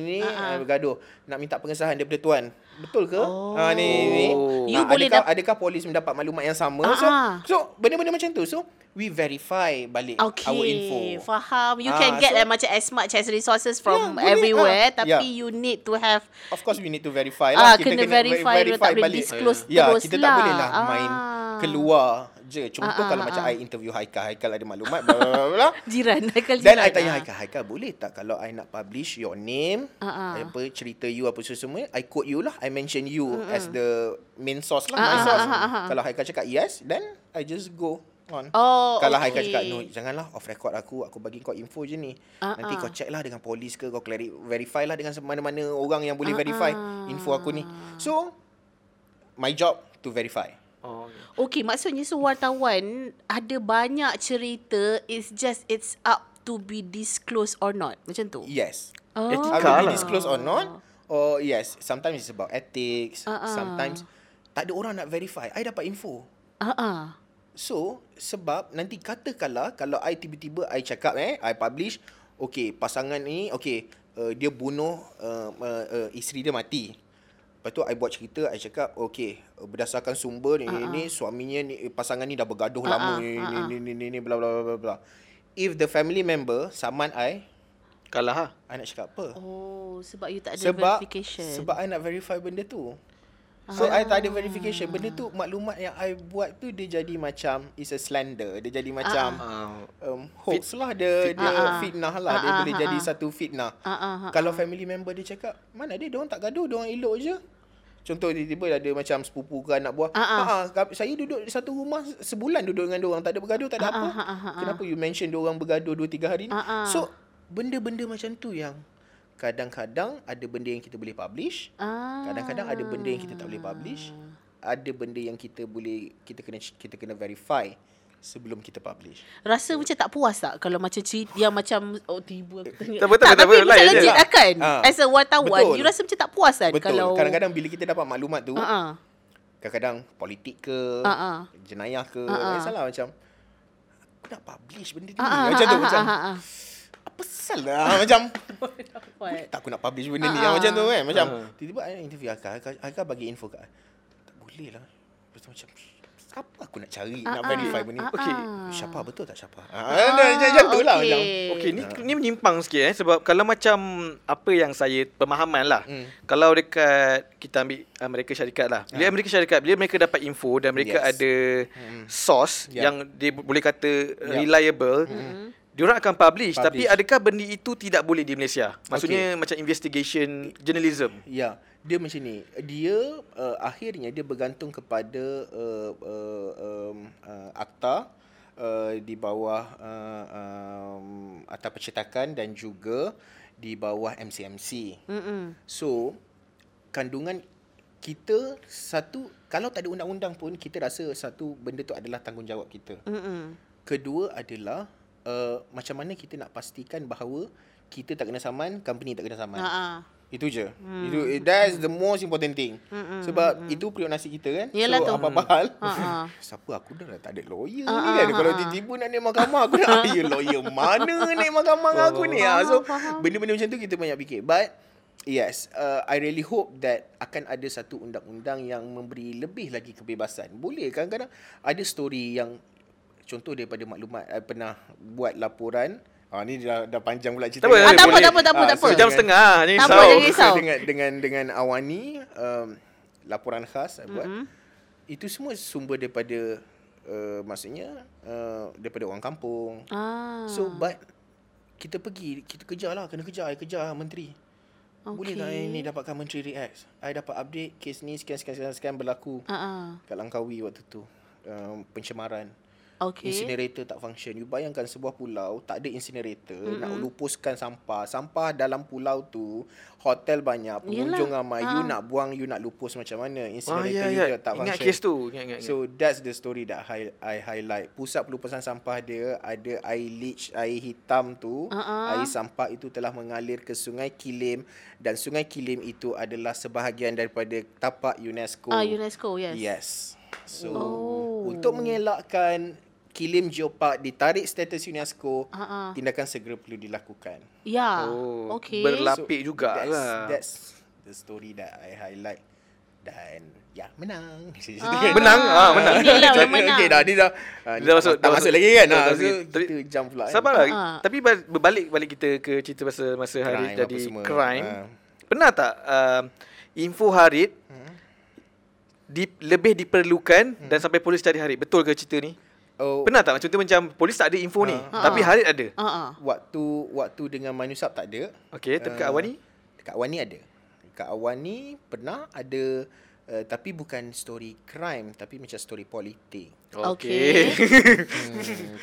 S3: ni
S1: Ah-ah.
S3: uh bergaduh. Nak minta pengesahan daripada tuan. Betul ke?
S1: Oh.
S3: Ha ni ni.
S2: Oh.
S1: You
S3: Nah,
S1: boleh
S3: adakah,
S1: dap- Ah,
S3: adakah polis mendapat maklumat yang sama? So
S1: Ah-ah.
S3: so benda-benda macam tu. So we verify balik
S1: Okay,
S3: our info.
S1: faham. You
S3: Ah,
S1: can get
S3: so-
S1: like, macam as much as resources from
S3: Yeah, boleh,
S1: everywhere,
S3: ah.
S1: tapi
S3: Yeah.
S1: you need to have
S3: Of course we need to verify
S1: ah
S3: lah.
S1: kena, verify, dulu, tak boleh disclose
S3: Ya,
S1: terus lah.
S3: kita tak boleh lah
S1: Ah.
S3: main keluar je. Contoh
S1: Ah, ah,
S3: kalau
S1: ah,
S3: macam
S1: ah.
S3: I interview Haikal, Haikal ada maklumat, bla bla bla, bla.
S1: Jiran Haikal jiran.
S3: Then I tanya Haikal, Haikal boleh tak kalau I nak publish your name,
S1: Ah, ah.
S3: apa cerita you apa semua, I quote you lah, I mention you as the main source lah,
S1: Ah,
S3: my
S1: ah,
S3: source.
S1: ah, ah, ah.
S3: Kalau Haikal cakap yes, then I just go on.
S1: Oh,
S3: Kalau
S1: okay.
S3: Haikal cakap no, janganlah off record aku, aku bagi kau info je ni.
S1: Ah,
S3: Nanti
S1: ah.
S3: kau check lah dengan polis ke, kau clari- verify lah dengan mana-mana orang yang boleh verify
S1: ah.
S3: info aku ni. So, my job to verify.
S2: Oh.
S3: ya.
S1: Okay, maksudnya so wartawan ada banyak cerita. It's just it's up to be disclosed or not. Macam tu.
S3: Yes.
S1: Oh.
S2: Etika
S3: Are we
S2: lah.
S3: disclose or not? Or yes, sometimes it's about ethics,
S1: Ah, ah.
S3: sometimes tak ada orang nak verify. I dapat info.
S1: Ah ah.
S3: So, sebab nanti katakanlah kalau I tiba-tiba I cakap eh, I publish, okay, pasangan ni, okay, uh, dia bunuh uh, uh, uh, isteri dia mati. Lepas tu I buat cerita, I cakap, okay, uh, berdasarkan sumber ni, uh-huh. ni suaminya ni eh, pasangan ni dah bergaduh
S1: Ah, ah,
S3: uh-huh. lama ni,
S1: ah,
S3: uh-huh. ni ni ni ni bla bla bla bla. If the family member saman I
S2: Kalah lah.
S3: I nak cakap apa?
S1: Oh, sebab you tak ada
S3: sebab
S1: verification.
S3: sebab I nak verify benda tu. So ah. I tak ada verification. Benda tu maklumat yang I buat tu dia jadi macam is a slander. Dia
S1: Ah,
S3: jadi macam
S2: Uh,
S3: um, hoax lah dia dia fitnah lah. Dia boleh jadi satu fitnah. Kalau family member dia cakap, mana dia dia orang tak gaduh, dia orang elok je. Contoh tiba-tiba ada macam sepupu ke anak buah. Ah, ah, saya duduk di satu rumah sebulan duduk dengan dia orang tak ada bergaduh, tak ada apa. Kenapa you mention dia orang bergaduh 2 3 hari ni? So benda-benda macam tu yang kadang-kadang ada benda yang kita boleh publish.
S1: ah.
S3: Kadang-kadang ada benda yang kita tak boleh publish, ada benda yang kita boleh kita kena kita kena verify sebelum kita publish.
S1: Rasa macam tak puas tak kalau macam cerita yang macam oh tiba aku tanya.
S2: Tak apa, tak apa, tak apa,
S1: tapi macam
S2: layan je.
S1: legit lah kan.
S3: Ah.
S1: As a wartawan,
S3: Betul.
S1: you rasa macam tak puas kan
S3: Betul.
S1: kalau
S3: Kadang-kadang bila kita dapat maklumat tu,
S1: Ha ah.
S3: kadang-kadang politik ke,
S1: Ah, ah.
S3: jenayah ke,
S1: Ah, ah.
S3: uh salah macam aku nak publish benda ni.
S1: Ah, ah,
S3: macam tu
S1: ah,
S3: macam
S1: ah, ah, ah.
S3: apa salah macam
S1: What?
S3: boleh tak aku nak publish benda ni
S1: Ah,
S3: yang
S1: ah.
S3: macam tu kan macam
S2: Ah.
S3: tiba-tiba I nak interview Akak Akak, Akak bagi info kat I. tak boleh lah lepas tu macam apa aku nak cari nak
S1: Ah, ah,
S3: verify benda ni
S1: ah,
S2: Okey.
S1: ah.
S3: Syafah betul tak Syafah? Ah, ah macam tu lah
S1: okay.
S3: macam.
S2: Okay, ni ni menyimpang sikit eh sebab kalau macam apa yang saya pemahaman lah.
S3: Hmm.
S2: Kalau dekat kita ambil Amerika Syarikat lah. Bila
S3: Ah.
S2: Amerika Syarikat, bila mereka dapat info dan mereka
S3: Yes.
S2: ada
S3: Hmm.
S2: source
S3: Yeah.
S2: yang dia bo- boleh kata uh,
S3: Yeah.
S2: reliable. Diorang akan publish, tapi
S3: Hmm. Publish.
S2: adakah benda itu tidak boleh di Malaysia? Maksudnya macam investigation journalism.
S3: Ya, dia macam ni. Dia uh, akhirnya dia bergantung kepada uh, uh, um, uh, akta uh, di bawah uh, um, akta percetakan dan juga di bawah MCMC.
S1: Mm-mm.
S3: So kandungan kita satu kalau tak ada undang-undang pun kita rasa satu benda tu adalah tanggungjawab kita.
S1: Mm-mm.
S3: Kedua adalah uh, macam mana kita nak pastikan bahawa kita tak kena saman, company tak kena saman.
S1: Ha ah.
S3: Itu je. Hmm. Itu that's the most important thing. Hmm. Sebab hmm. itu periuk nasi kita kan.
S1: Yelah
S3: so
S1: tu.
S3: apa-apa hal.
S1: Ha ah.
S3: Siapa aku dah lah tak ada lawyer
S1: Ah,
S3: ni
S1: ah,
S3: kan.
S1: ah,
S3: Kalau
S1: ah.
S3: tiba-tiba nak naik mahkamah aku nak ya lawyer mana naik mahkamah dengan aku ni. Ah, so benda-benda macam tu kita banyak fikir. But Yes, uh, I really hope that akan ada satu undang-undang yang memberi lebih lagi kebebasan. Boleh kadang-kadang ada story yang contoh daripada maklumat I pernah buat laporan. Ah ni dah dah panjang pula cerita.
S2: Tak apa,
S3: ni.
S2: Ah, tak apa,
S1: tak apa, tak apa,
S3: Ah,
S1: tak apa.
S3: so
S2: Sejam
S3: jangan-
S2: setengah ah, ni
S1: Tak apa,
S2: risau.
S1: jangan risau.
S3: So, dengan dengan dengan Awani um, laporan khas saya buat. Mm-hmm. Itu semua sumber daripada uh, maksudnya uh, daripada orang kampung.
S1: Ah.
S3: So but kita pergi kita kejarlah kena kejar I kejar menteri. Okay. Boleh tak I ni dapatkan menteri react. I dapat update kes ni sekian sekian sekian, sekian berlaku
S1: Ha ah.
S3: kat Langkawi waktu tu. Um, pencemaran
S1: Okay.
S3: okay. incinerator tak function you bayangkan sebuah pulau tak ada incinerator mm-hmm. nak lupuskan sampah sampah dalam pulau tu hotel banyak pengunjung
S1: Yelah,
S3: ramai you nak buang you nak lupus macam mana
S2: Ah,
S3: incinerator
S2: ya,
S3: you
S2: ya.
S3: dia tak function
S2: Ingat kes tu. Ingat, ingat, ingat.
S3: So that's the story that I, I highlight. Pusat pelupasan sampah dia ada air leach, air hitam tu.
S1: Ah, ah.
S3: Air sampah itu telah mengalir ke Sungai Kilim dan Sungai Kilim itu adalah sebahagian daripada tapak UNESCO.
S1: Ah UNESCO, yes.
S3: Yes. So
S1: Oh.
S3: oh. untuk mengelakkan Kilim Geopark ditarik status UNESCO,
S1: Ha ah.
S3: tindakan segera perlu dilakukan.
S1: Ya.
S2: Oh,
S1: Okay.
S2: berlapik juga
S3: that's,
S2: lah.
S3: That's the story that I highlight dan ya menang.
S1: Ah.
S2: Menang, ah, menang.
S1: Inilah orang
S3: Okey,
S1: menang.
S3: Okey dah ni dah. ah, ni
S2: Dah masuk-
S3: tak
S2: dah
S3: masuk
S2: masuk.
S3: lagi kan.
S2: Dah
S3: Ah,
S2: masuk
S3: so
S2: lagi. Tapi-
S3: kita jump pula. kan.
S2: Sabarlah.
S1: Ha.
S2: Tapi ba- berbalik-balik kita ke cerita pasal masa Harid
S3: Crime apa
S2: jadi
S3: semua.
S2: crime.
S3: Ha.
S2: Pernah tak um, info Harid di, lebih diperlukan dan sampai polis cari Harid? Betul ke cerita ni?
S3: Hmm. Oh,
S2: Pernah tak macam tu macam polis tak ada info ni tapi Harid ada.
S1: Ha ah.
S3: waktu waktu dengan Manusap tak ada.
S2: Okey, tapi kat
S3: Ah,
S2: awal ni
S3: Dekat Awan ni ada. Dekat Awan ni pernah ada uh, tapi bukan story crime tapi macam story politik.
S1: Okey.
S3: Hmm,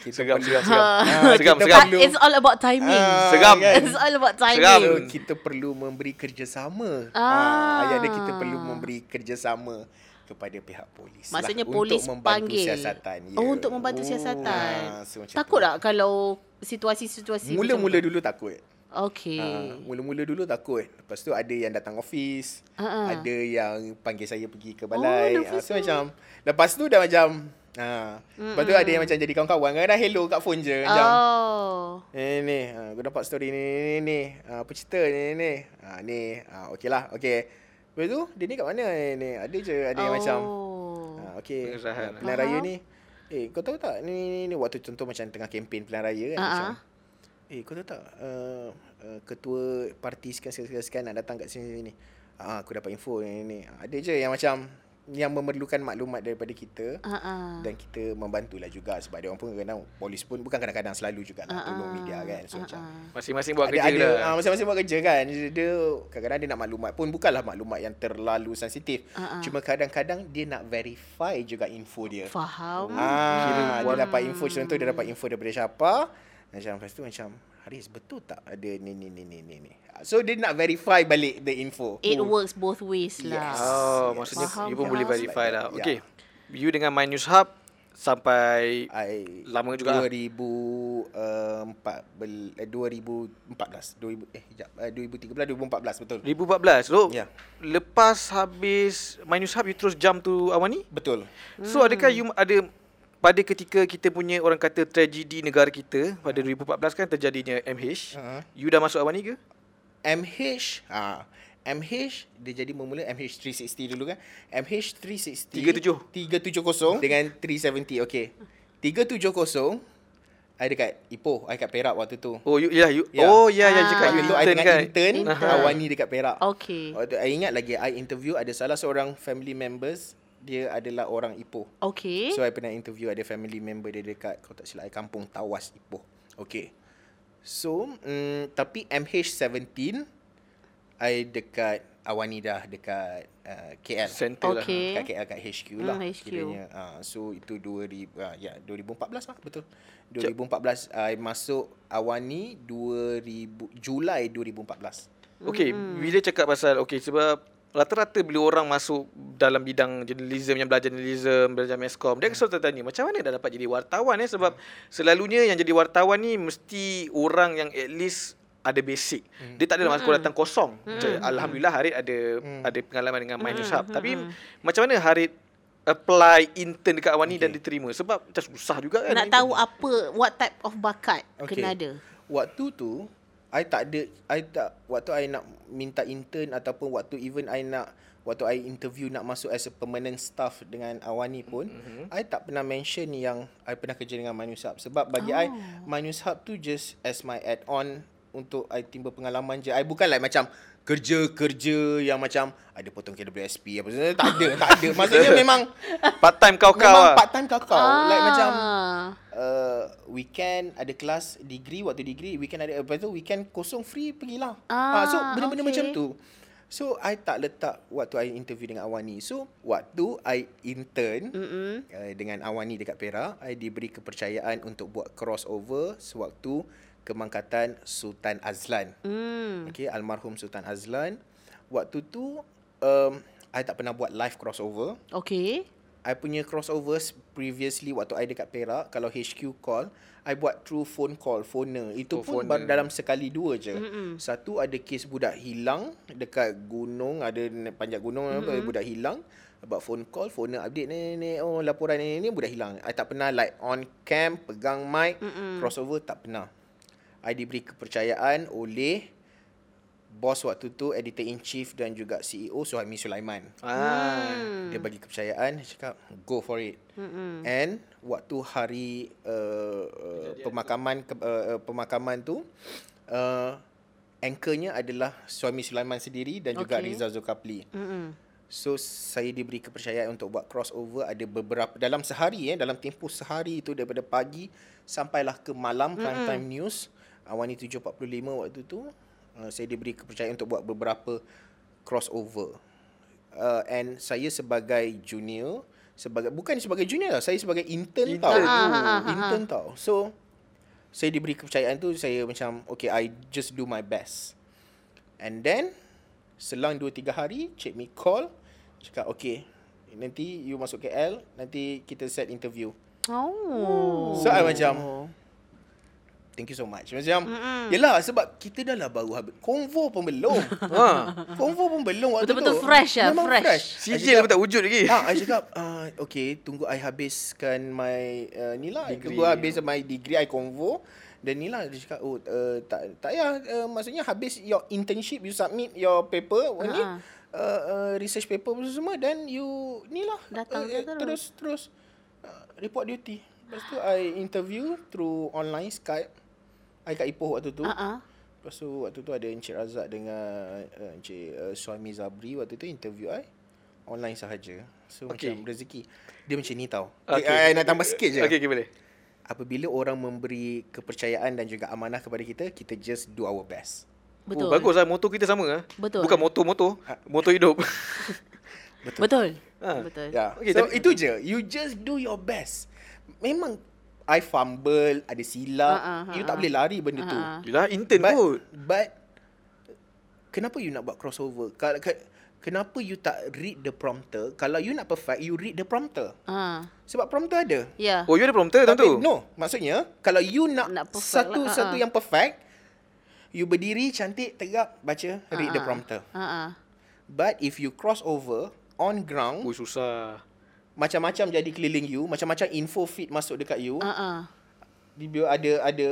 S3: kita
S2: Segam,
S3: perlu-
S2: segam, segam.
S3: Ah,
S2: Segam,
S3: kita
S2: segam.
S1: Ah, It's all about timing.
S3: Ah,
S2: Segam.
S3: kan?
S1: It's all about
S2: Seram.
S3: So,
S1: timing.
S3: Eh, kita perlu memberi kerjasama.
S1: Ah.
S3: Ah, ayat dia kita perlu memberi kerjasama kepada pihak polis.
S1: Maksudnya
S3: lah,
S1: polis
S3: untuk membantu
S1: panggil.
S3: siasatan. Ya.
S1: Oh, untuk membantu
S2: Oh.
S1: siasatan.
S3: Ah, so macam
S1: Takut
S3: tu.
S1: tak kalau situasi-situasi
S3: Mula-mula dulu takut.
S1: Okay.
S3: Ah, mula-mula dulu takut. Lepas tu ada yang datang office,
S1: Ah, ah.
S3: ada yang panggil saya pergi ke balai.
S1: Oh,
S3: Ah,
S1: lepas
S3: so macam lepas tu dah macam ah. Lepas tu ada yang macam jadi kawan-kawan. Kadang-kadang hello kat phone je macam.
S1: Oh.
S3: Ni ni, ha, aku dapat story ni ni ni, ni. Ha, apa cerita ni ni, ni. Ha, ni, ha, okey lah, okey. Lepas tu, dia ni kat mana ni ni? Ada je, ada yang
S1: oh.
S3: macam, ha,
S1: Hmm.
S3: okey,
S2: Pengesahan.
S3: ha, pilihan raya ni. Eh, kau tahu tak, ni, ni, ni, waktu contoh macam tengah kempen pilihan raya kan,
S1: Ah,
S3: macam.
S1: ah.
S3: Eh kau tahu tak uh, uh, Ketua parti sekian-sekian nak datang kat sini-sini ah, Aku dapat info ni, ni Ada je yang macam Yang memerlukan maklumat daripada kita
S1: Ha ah.
S3: dan kita membantulah juga sebab dia orang pun kadang polis pun bukan kadang-kadang selalu juga
S1: Ah,
S3: nak tolong media kan so macam
S2: Masing-masing buat
S3: ada,
S2: kerja
S3: ada,
S2: lah.
S3: ah, masing-masing buat kerja kan dia, dia kadang-kadang dia nak maklumat pun bukanlah maklumat yang terlalu sensitif
S1: Ah, ah.
S3: cuma kadang-kadang dia nak verify juga info dia
S1: Faham.
S3: Ah, dia dapat info contoh dia dapat info daripada siapa. Macam lepas tu macam Haris betul tak ada ni ni ni ni ni ni. So dia nak verify balik the info.
S1: It works both ways lah.
S3: Yes.
S2: Oh,
S3: Yes.
S2: maksudnya
S1: Faham,
S2: you pun boleh
S1: faham.
S2: verify lah. Okay.
S3: Yeah.
S2: You dengan My News Hub sampai
S3: I
S2: Lama juga ah.
S3: 2014 eh, 2014 2000 eh jap eh, 2013 2014 betul.
S2: 2014. So,
S3: Yeah.
S2: lepas habis My News Hub, you terus jump to Awani?
S3: Betul.
S2: So,
S1: Hmm.
S2: adakah you ada pada ketika kita punya orang kata tragedi negara kita pada 2014 kan terjadinya MH,
S3: Uh-huh.
S2: you dah masuk Awani ke?
S3: MH ha MH dia jadi bermula MH 360 dulu kan MH 360
S2: 37.
S3: 370 dengan 370 okey 370 I dekat Ipoh I dekat Perak waktu tu
S2: Oh, you, yeah, you,
S3: Yeah.
S2: oh, ya, yeah, yeah, you
S1: Ah.
S2: cakap you
S3: Waktu tu I
S2: intern
S3: tengah
S2: kan?
S3: intern
S1: Intern.
S3: Awani dekat Perak
S1: Okay.
S3: Waktu tu I ingat lagi I interview ada salah seorang family members Dia adalah orang Ipoh
S1: Okay.
S3: So I pernah interview ada family member dia dekat kalau tak silap I kampung Tawas Ipoh. Okay. So mm, tapi MH17 I dekat Awani dah dekat uh, KL.
S2: Center lah.
S1: Okay.
S3: Kat KL kat HQ lah
S1: Hmm, HQ.
S3: kiranya. Uh, so itu 2000 uh, ya 2014 lah betul. 2014 I masuk Awani 2000 Julai 2014.
S2: Okay, mm-hmm. bila cakap pasal okay sebab rata-rata bila orang masuk dalam bidang jurnalism yang belajar jurnalism, belajar meskom, dia selalu tertanya macam mana dah dapat jadi wartawan eh sebab selalunya yang jadi wartawan ni mesti orang yang at least ada basic. Mm. Dia tak ada mm. sekolah datang kosong. Mm. Macam, Alhamdulillah Harid ada mm. ada pengalaman dengan My News Hub. Tapi macam mana Harid apply intern dekat Awani okay. dan diterima sebab macam susah juga kan.
S1: Nak tahu apa what type of bakat okay.
S3: Okay.
S1: kena ada.
S3: Waktu tu I tak ada I tak waktu I nak minta intern ataupun waktu even I nak waktu I interview nak masuk as a permanent staff dengan Awani pun
S1: Mhm.
S3: mm-hmm. I tak pernah mention yang I pernah kerja dengan Manus Hub sebab bagi oh. I Manus Hub tu just as my add on untuk I timba pengalaman je. I bukan like macam kerja-kerja yang macam ada potong KWSP apa semua tak ada tak ada maksudnya memang
S2: part time kau kau ah.
S3: memang part time kau-kau Oh, like macam
S1: lah. Ah.
S3: uh, weekend ada kelas degree waktu degree weekend ada lepas tu weekend kosong free pergilah.
S1: Ah,
S3: Ah, so benda-benda
S1: okay.
S3: okay. macam tu. So I tak letak waktu I interview dengan Awani. So waktu I intern
S1: Mm-mm.
S3: uh, dengan Awani dekat Perak, I diberi kepercayaan untuk buat crossover sewaktu kemangkatan Sultan Azlan.
S1: Mm.
S3: Okay, almarhum Sultan Azlan. Waktu tu um, I tak pernah buat live crossover.
S1: Okay.
S3: I punya crossovers previously waktu I dekat Perak kalau HQ call I buat through phone call phoner
S2: Oh,
S3: itu oh, pun
S2: phoner.
S3: baru dalam sekali dua je Mm-mm. satu ada kes budak hilang dekat gunung ada na- panjat gunung apa budak hilang about phone call phoner update ni ni, ni oh laporan ni ni, ni budak hilang I tak pernah like on cam pegang mic Mm-mm. crossover tak pernah I diberi kepercayaan oleh bos waktu tu editor in chief dan juga CEO Suhaimi Sulaiman
S2: ah.
S3: dia bagi kepercayaan dia cakap go for it mm-hmm. and waktu hari uh, uh, pemakaman ke, uh, uh, pemakaman tu uh, anchornya adalah suami Sulaiman sendiri dan juga
S1: Okay.
S3: Rizal Zulkafli
S1: Mm-mm.
S3: So saya diberi kepercayaan untuk buat crossover ada beberapa dalam sehari eh dalam tempoh sehari itu daripada pagi sampailah ke malam mm-hmm. prime time news uh, awani 7.45 waktu tu uh, saya diberi kepercayaan untuk buat beberapa crossover. Uh, and saya sebagai junior sebagai bukan sebagai junior lah saya sebagai intern,
S2: Intern.
S3: tau.
S2: Ah,
S1: ah, ah, ah.
S3: intern tau. So saya diberi kepercayaan tu saya macam okay I just do my best. And then selang 2 3 hari cik mi call cakap okay nanti you masuk KL nanti kita set interview.
S1: Oh.
S3: So I macam Thank you so much Macam mm Yelah sebab Kita dah lah baru habis Konvo pun belum
S2: Ha.
S3: Konvo pun belum waktu
S1: Betul-betul
S3: tu
S1: fresh lah,
S3: Memang
S1: fresh.
S3: fresh,
S2: Sijil pun tak wujud lagi.
S3: Ah, I cakap uh, Okay Tunggu I habiskan My uh, Ni lah
S2: Degree.
S3: Tunggu habis my degree I convo Dan ni lah Dia cakap oh, uh, Tak tak payah uh, Maksudnya habis Your internship You submit your paper uh ni
S1: Ha.
S3: uh, uh, Research paper apa semua Then you Ni lah
S1: Datang je terus.
S3: Terus Terus uh, Report duty Lepas tu I interview Through online Skype I kat Ipoh waktu tu.
S1: Ah, ah.
S3: Lepas tu waktu tu ada Encik Razak dengan uh, Encik uh, Suami Zabri waktu tu interview I online sahaja. So
S2: Okay.
S3: okay. macam rezeki. Dia macam ni tau. Okay.
S2: Okay.
S3: I, I nak tambah sikit je.
S2: Okay, okay boleh.
S3: Apabila orang memberi kepercayaan dan juga amanah kepada kita, kita just do our best.
S1: Betul.
S2: Oh, bagus lah motor kita sama lah.
S1: Betul.
S2: Bukan motor-motor, motor hidup.
S1: Betul.
S2: Ah.
S1: Betul.
S3: Yeah.
S2: Okay,
S3: Okay, Ya. so
S2: tapi-
S3: itu je. You just do your best. Memang I fumble, ada
S1: Ha,
S3: silap.
S1: ha, ha,
S3: you
S1: ha.
S3: tak boleh lari benda tu.
S1: Ah, ah.
S2: Yelah, intern
S3: but,
S2: kot.
S3: but kenapa you nak buat crossover? Kalau ke- kenapa you tak read the prompter? Kalau you nak perfect, you read the prompter.
S1: Ah.
S3: Sebab prompter ada.
S1: Ya.
S2: Oh, you ada prompter time tu?
S3: Tapi no, maksudnya kalau you nak,
S1: Nak perfect
S3: satu
S1: lah, ha,
S3: satu
S1: ha.
S3: yang perfect, you berdiri cantik tegap baca read the
S1: Ah, ah.
S3: prompter.
S1: Ah, ah.
S3: But if you cross over on ground,
S2: Oh, susah.
S3: macam-macam jadi keliling you, macam-macam info feed masuk dekat you.
S1: Ah, ah.
S3: Dia ada ada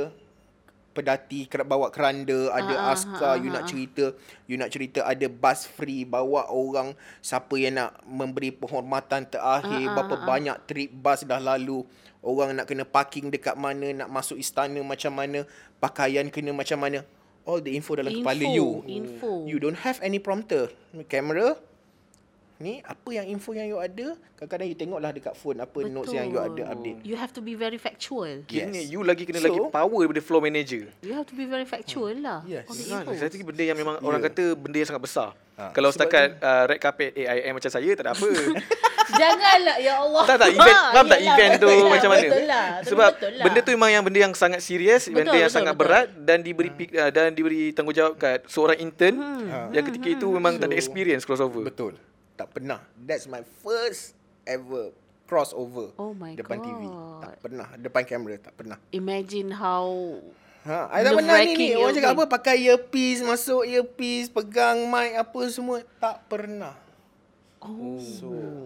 S3: pedati kerap bawa keranda, ada
S1: Ah, ah,
S3: askar,
S1: ah,
S3: you
S1: ah,
S3: nak cerita, you nak cerita ada bus free bawa orang siapa yang nak memberi penghormatan
S1: Ha,
S3: terakhir, berapa banyak trip bus dah lalu, orang nak kena parking dekat mana, nak masuk istana macam mana, pakaian kena macam mana. All the info dalam
S1: Info,
S3: kepala you.
S1: info.
S3: You don't have any prompter. Kamera, ni apa yang info yang you ada, kadang-kadang you tengoklah dekat phone apa Betul. notes yang you
S1: Betul.
S3: ada update.
S1: You have to be very factual.
S2: Yes. Kini
S3: Yes.
S2: you lagi kena
S3: So-
S2: so, lagi power daripada floor manager.
S1: You have to be very factual lah.
S3: Yes.
S1: On the info.
S2: Kan, saya fikir benda yang memang yeah. orang
S3: Ya.
S2: kata benda yang sangat besar.
S3: Ha.
S2: Ha. Kalau
S3: Sebab
S2: setakat uh, red carpet AIM macam saya tak ada apa.
S1: Janganlah ya Allah.
S2: tak tak event faham tak
S1: Yelah,
S2: event tu
S1: betul lah,
S2: macam mana?
S1: Betul lah. Tapi
S2: Sebab
S1: betul lah.
S2: benda tu memang yang benda yang sangat serius,
S1: Betul,
S2: benda yang
S1: betul,
S2: sangat
S1: betul.
S2: berat dan diberi
S3: Hmm.
S2: pik, uh, dan diberi tanggungjawab kat seorang intern
S1: Hmm.
S2: yang ketika itu memang tak ada
S3: So-
S2: experience crossover.
S3: Betul. Tak pernah. That's my first ever crossover.
S1: Oh my
S3: depan
S1: God.
S3: TV. Tak pernah. Depan kamera tak pernah.
S1: Imagine how
S3: Ha, I tak pernah ni, ni.
S1: Nerve-wracking
S3: Orang cakap apa
S1: earring.
S3: pakai earpiece, masuk earpiece, pegang mic apa semua. Tak pernah.
S1: Oh.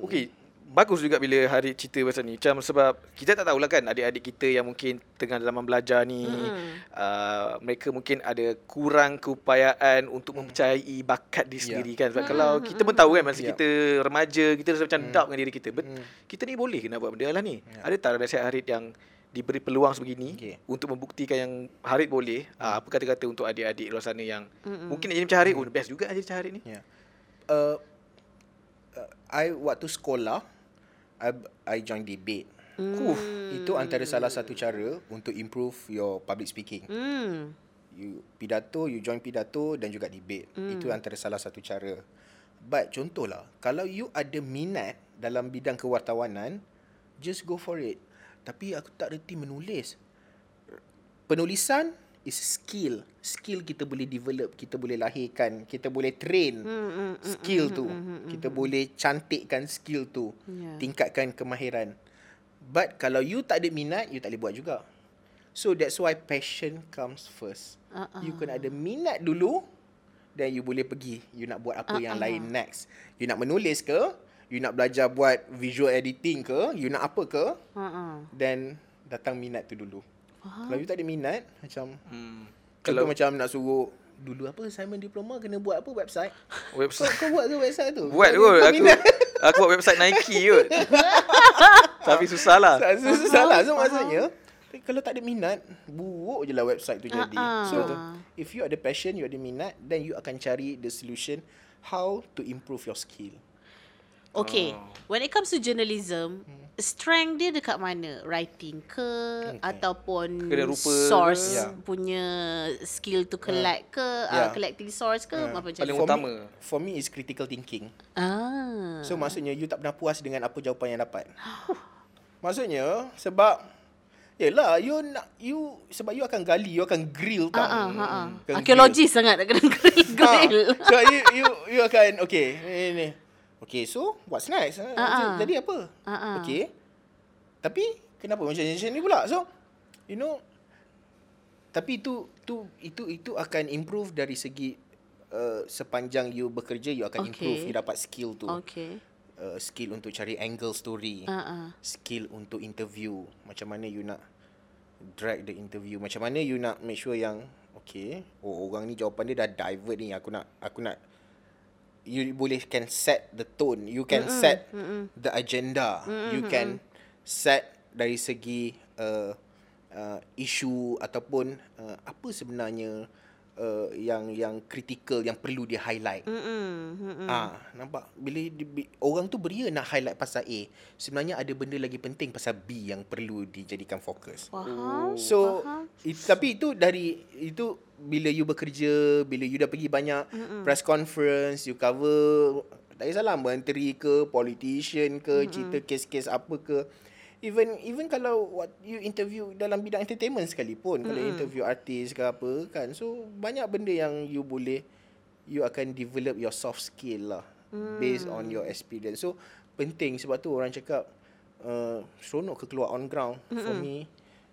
S2: Okey, bagus juga bila Harid cerita pasal ni. Macam sebab kita tak tahulah kan adik-adik kita yang mungkin tengah dalam belajar ni, mm. uh, mereka mungkin ada kurang keupayaan untuk mempercayai bakat diri sendiri kan. Sebab kalau kita pun tahu kan masa
S3: Yeah.
S2: kita remaja, kita rasa macam doubt dengan diri kita. But kita ni boleh ke nak buat benda lah ni. Ada tak nasihat Harid yang diberi peluang sebegini
S3: Okay.
S2: untuk membuktikan yang Harid boleh Ah, apa kata-kata untuk adik-adik luar sana yang mungkin nak jadi macam Harid oh best juga nak jadi macam Harid ni
S3: Yeah. Uh, uh, I waktu sekolah, I, I join debate.
S1: Hmm.
S2: Oof.
S3: Itu antara salah satu cara untuk improve your public speaking.
S1: Hmm.
S3: you pidato, you join pidato dan juga debate. Mm. Itu antara salah satu cara. But contohlah, kalau you ada minat dalam bidang kewartawanan, just go for it. Tapi aku tak reti menulis. Penulisan is skill. Skill kita boleh develop, kita boleh lahirkan, kita boleh train skill tu. Kita boleh cantikkan skill tu.
S1: Yeah.
S3: Tingkatkan kemahiran. But kalau you tak ada minat, you tak boleh buat juga. So that's why passion comes first.
S1: Ah,
S3: You kena ada minat dulu then you boleh pergi. You nak buat apa yang lain next. You nak menulis ke? You nak belajar buat visual editing ke? You nak apa ke?
S1: Ha ah.
S3: Then datang minat tu dulu. Kalau you tak ada minat macam
S2: hmm.
S3: Contoh macam nak suruh dulu apa assignment diploma kena buat apa website? Kau,
S2: website
S3: kau buat ke website tu?
S2: Buat
S3: Kau-
S2: kot
S3: kau
S2: aku,
S3: minat.
S2: aku buat website Nike kot Tapi susah lah
S3: So, so, salah. So maksudnya kalau tak ada minat, buruk je lah website tu jadi.
S1: Ah, ah.
S3: So if you ada passion, you ada minat, then you akan cari the solution how to improve your skill.
S1: Okay.
S2: Oh.
S1: When it comes to journalism,
S2: Hmm.
S1: strength dia dekat mana? Writing ke ataupun
S2: Kena rupa
S1: source
S3: Yeah.
S1: punya skill to collect ke,
S3: Yeah.
S1: yeah. uh, collecting source ke, apa macam
S2: Paling
S1: tu?
S3: for
S2: utama.
S3: Me, for me is critical thinking.
S1: Ah.
S3: So maksudnya you tak pernah puas dengan apa jawapan yang dapat. maksudnya sebab Yelah, you nak you sebab you akan gali, you akan grill tau. Hmm,
S1: Ah, ha ah.
S3: Akan grill.
S1: Arkeologis sangat nak kena grill. grill.
S3: Ha. So you you you akan okay ni ni, ni. Okay so what's next? Ha,
S1: ah.
S3: Jadi apa?
S1: Ah, ah.
S3: Okay. Tapi kenapa macam macam ni pula? So you know tapi itu tu itu itu akan improve dari segi uh, sepanjang you bekerja you akan
S1: Okay.
S3: okay. improve you dapat skill tu. Okay.
S1: Okay.
S3: Uh, skill untuk cari angle story.
S1: Ah ah.
S3: Skill untuk interview. Macam mana you nak drag the interview. Macam mana you nak make sure yang okay, oh orang ni jawapan dia dah divert ni. Aku nak aku nak you boleh can set the tone. You can mm-mm, set mm-mm. the agenda. Mm-mm, you can set dari segi uh, uh, isu ataupun uh, apa sebenarnya uh, yang yang kritikal yang perlu dia highlight.
S1: Mm-mm.
S3: Ah, nampak bila di, bi- orang tu beria nak highlight pasal A, sebenarnya ada benda lagi penting pasal B yang perlu dijadikan fokus.
S1: Faham?
S3: So
S1: faham.
S3: it, tapi itu dari itu bila you bekerja, bila you dah pergi banyak Mm-mm. press conference, you cover tak kisahlah menteri ke, politician ke, Mm-mm. cerita kes-kes apa ke. Even even kalau what you interview dalam bidang entertainment sekalipun, mm-hmm. kalau interview artis ke apa kan. So banyak benda yang you boleh you akan develop your soft skill lah mm. based on your experience. So penting sebab tu orang cakap uh, seronok ke keluar on ground mm-hmm. for me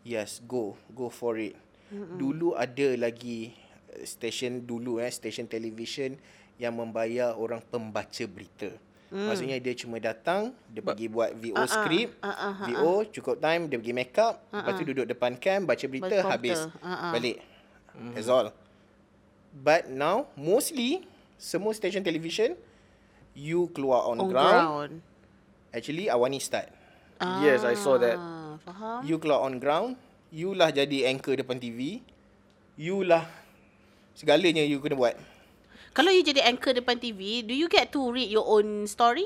S3: Yes, go. Go for it. Mm-mm. Dulu ada lagi uh, stesen dulu eh stesen televisyen yang membayar orang pembaca berita. Mm. Maksudnya dia cuma datang, dia pergi buat VO uh-uh. script,
S1: uh-uh,
S3: uh-uh. VO cukup time, dia pergi make up, uh-uh. lepas tu duduk depan cam, baca berita,
S1: Baca
S3: habis.
S1: komputer, uh-uh.
S3: Balik. Mm. That's all. But now mostly semua stesen televisyen you keluar on,
S1: On
S3: on ground. ground.
S1: ground.
S3: Actually Awani start.
S2: Yes, I saw that.
S1: Ah, Faham?
S3: You keluar on ground You lah jadi anchor depan TV You lah Segalanya you kena buat
S1: Kalau you jadi anchor depan TV, do you get to read your own story?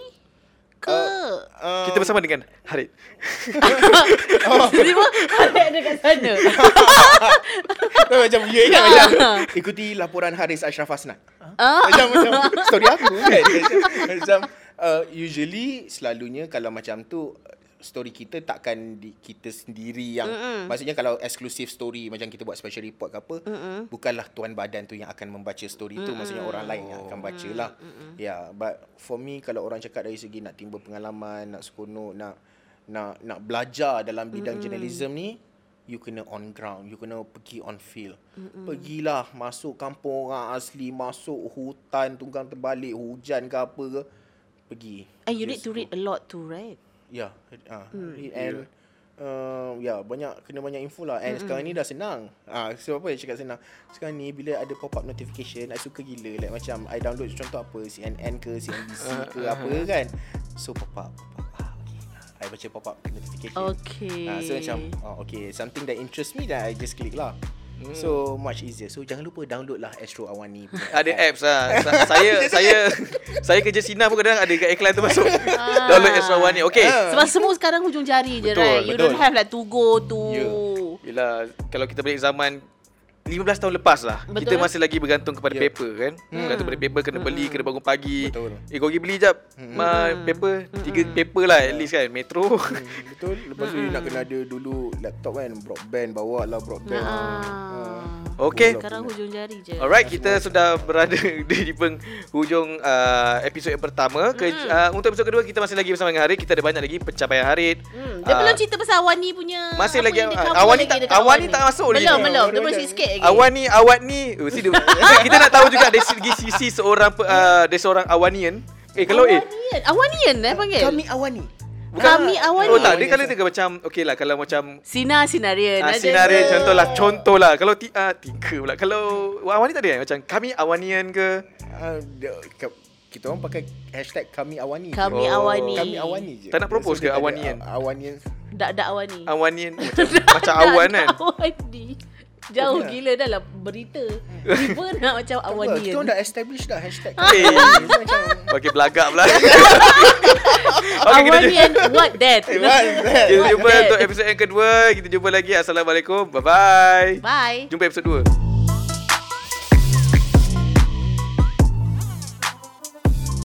S1: Ke?
S3: uh,
S2: Kita bersama dengan Harit. oh.
S1: Tiba-tiba Khaled ada kat sana.
S3: Macam you ingat macam Ikuti laporan Haris Ashraf Hasnat
S1: Ah.
S3: Macam, macam story aku kan Macam uh, Usually Selalunya kalau macam tu Story kita takkan di, kita sendiri yang Mm-mm. Maksudnya kalau exclusive story Macam kita buat special report ke apa Mm-mm. Bukanlah tuan badan tu yang akan membaca story Mm-mm. tu Maksudnya orang lain yang akan baca lah Ya yeah, but for me Kalau orang cakap dari segi nak timba pengalaman Nak seronok Nak nak nak belajar dalam bidang mm journalism ni you kena on ground you kena pergi on field Mm-mm. pergilah masuk kampung orang asli masuk hutan tunggang terbalik hujan ke apa ke pergi
S1: And you need to read a lot too, right?
S3: ya yeah. uh, mm. and uh, ya yeah, banyak kena banyak info lah and mm sekarang ni dah senang ah uh, sebab apa yang cakap senang sekarang ni bila ada pop up notification I suka gila like macam I download contoh apa CNN ke CNBC ke apa kan so pop up pop up ah, okay. I baca pop up notification
S1: Okay.
S3: Ah, so macam oh, okay something that interest me that I just click lah. Mm. So much easier. So jangan lupa download lah Astro Awani. punya
S2: Ada
S3: app.
S2: apps lah. Sa- saya saya saya kerja Sina pun kadang ada kat iklan tu masuk. Download Extra One ni. Okay.
S3: Ah.
S1: Sebab semua sekarang hujung jari je,
S2: Betul,
S1: right? You
S3: betul.
S1: don't have like to go to...
S3: Yeah.
S2: Bila kalau kita balik zaman 15 tahun lepas lah
S1: Betul.
S2: Hmm. Kita masih lagi bergantung kepada
S3: Ya.
S2: paper kan Bergantung pada paper Kena beli Kena bangun pagi
S3: Betul.
S2: Eh kau pergi beli jap Ma, Paper Tiga paper lah at least kan Metro
S3: Hmm, Betul. Lepas tu you nak kena ada dulu laptop kan broadband bawa lah broadband.
S1: Ah.
S2: Okay
S1: Sekarang hujung jari je.
S2: Alright, kita sudah berada di penghujung uh, episod yang pertama. Ke, uh, untuk episod kedua kita masih lagi bersama dengan Harit. Kita ada banyak lagi pencapaian Harit.
S1: Hmm, dia
S2: Ah,
S1: belum cerita pasal awan ni punya
S2: Masih lagi-
S1: yang dia
S2: ah,
S1: cover
S2: awan ni
S1: lagi
S2: tak-
S1: dekat
S2: awan ni
S1: ni.
S2: tak masuk lagi.
S1: Belum belum
S3: Awan
S1: Dia
S3: ni
S1: masih
S3: dah-
S1: sikit lagi
S2: Awan ni, awak ni. Oh, see, dia- kita nak tahu juga dari segi sisi seorang pe- uh, dari seorang awanian. Eh,
S1: Oh,
S2: kalau eh
S1: Awanian Awanian eh panggil
S3: Kami Awani.
S1: Kami awani
S2: Oh tak, dia kalau dia ke macam okay lah kalau macam
S1: Sinar sinarian
S2: Ah,
S1: ada
S2: sinarin
S1: tu.
S2: contohlah contohlah kalau ti, ah, tiga pula kalau awani tak ada eh? macam kami awanian ke
S3: Ah, dia- ke- kita orang pakai hashtag kami Awani. je.
S1: Kami
S2: Oh.
S1: awani
S3: Kami Awani je.
S2: Tak nak propose ke
S3: dia tak ada
S2: Awanian?
S3: A- Awanian.
S1: Dak-dak awani
S2: awanian macam, macam awan kan
S1: Awani Jauh
S3: Tapi
S1: gila dah lah berita Tiba nak macam
S3: Tak apa, Kita orang
S1: awanian
S3: dah establish dah hashtag.
S2: Eh.
S3: Kami Awani. So, macam
S2: Okey belagak pula Okey kita jumpa
S1: Awanian what that
S3: Eh, what is that?
S2: kita jumpa
S1: What
S2: untuk
S1: that?
S2: episod yang kedua kita jumpa lagi assalamualaikum bye bye
S1: Bye
S2: jumpa episod 2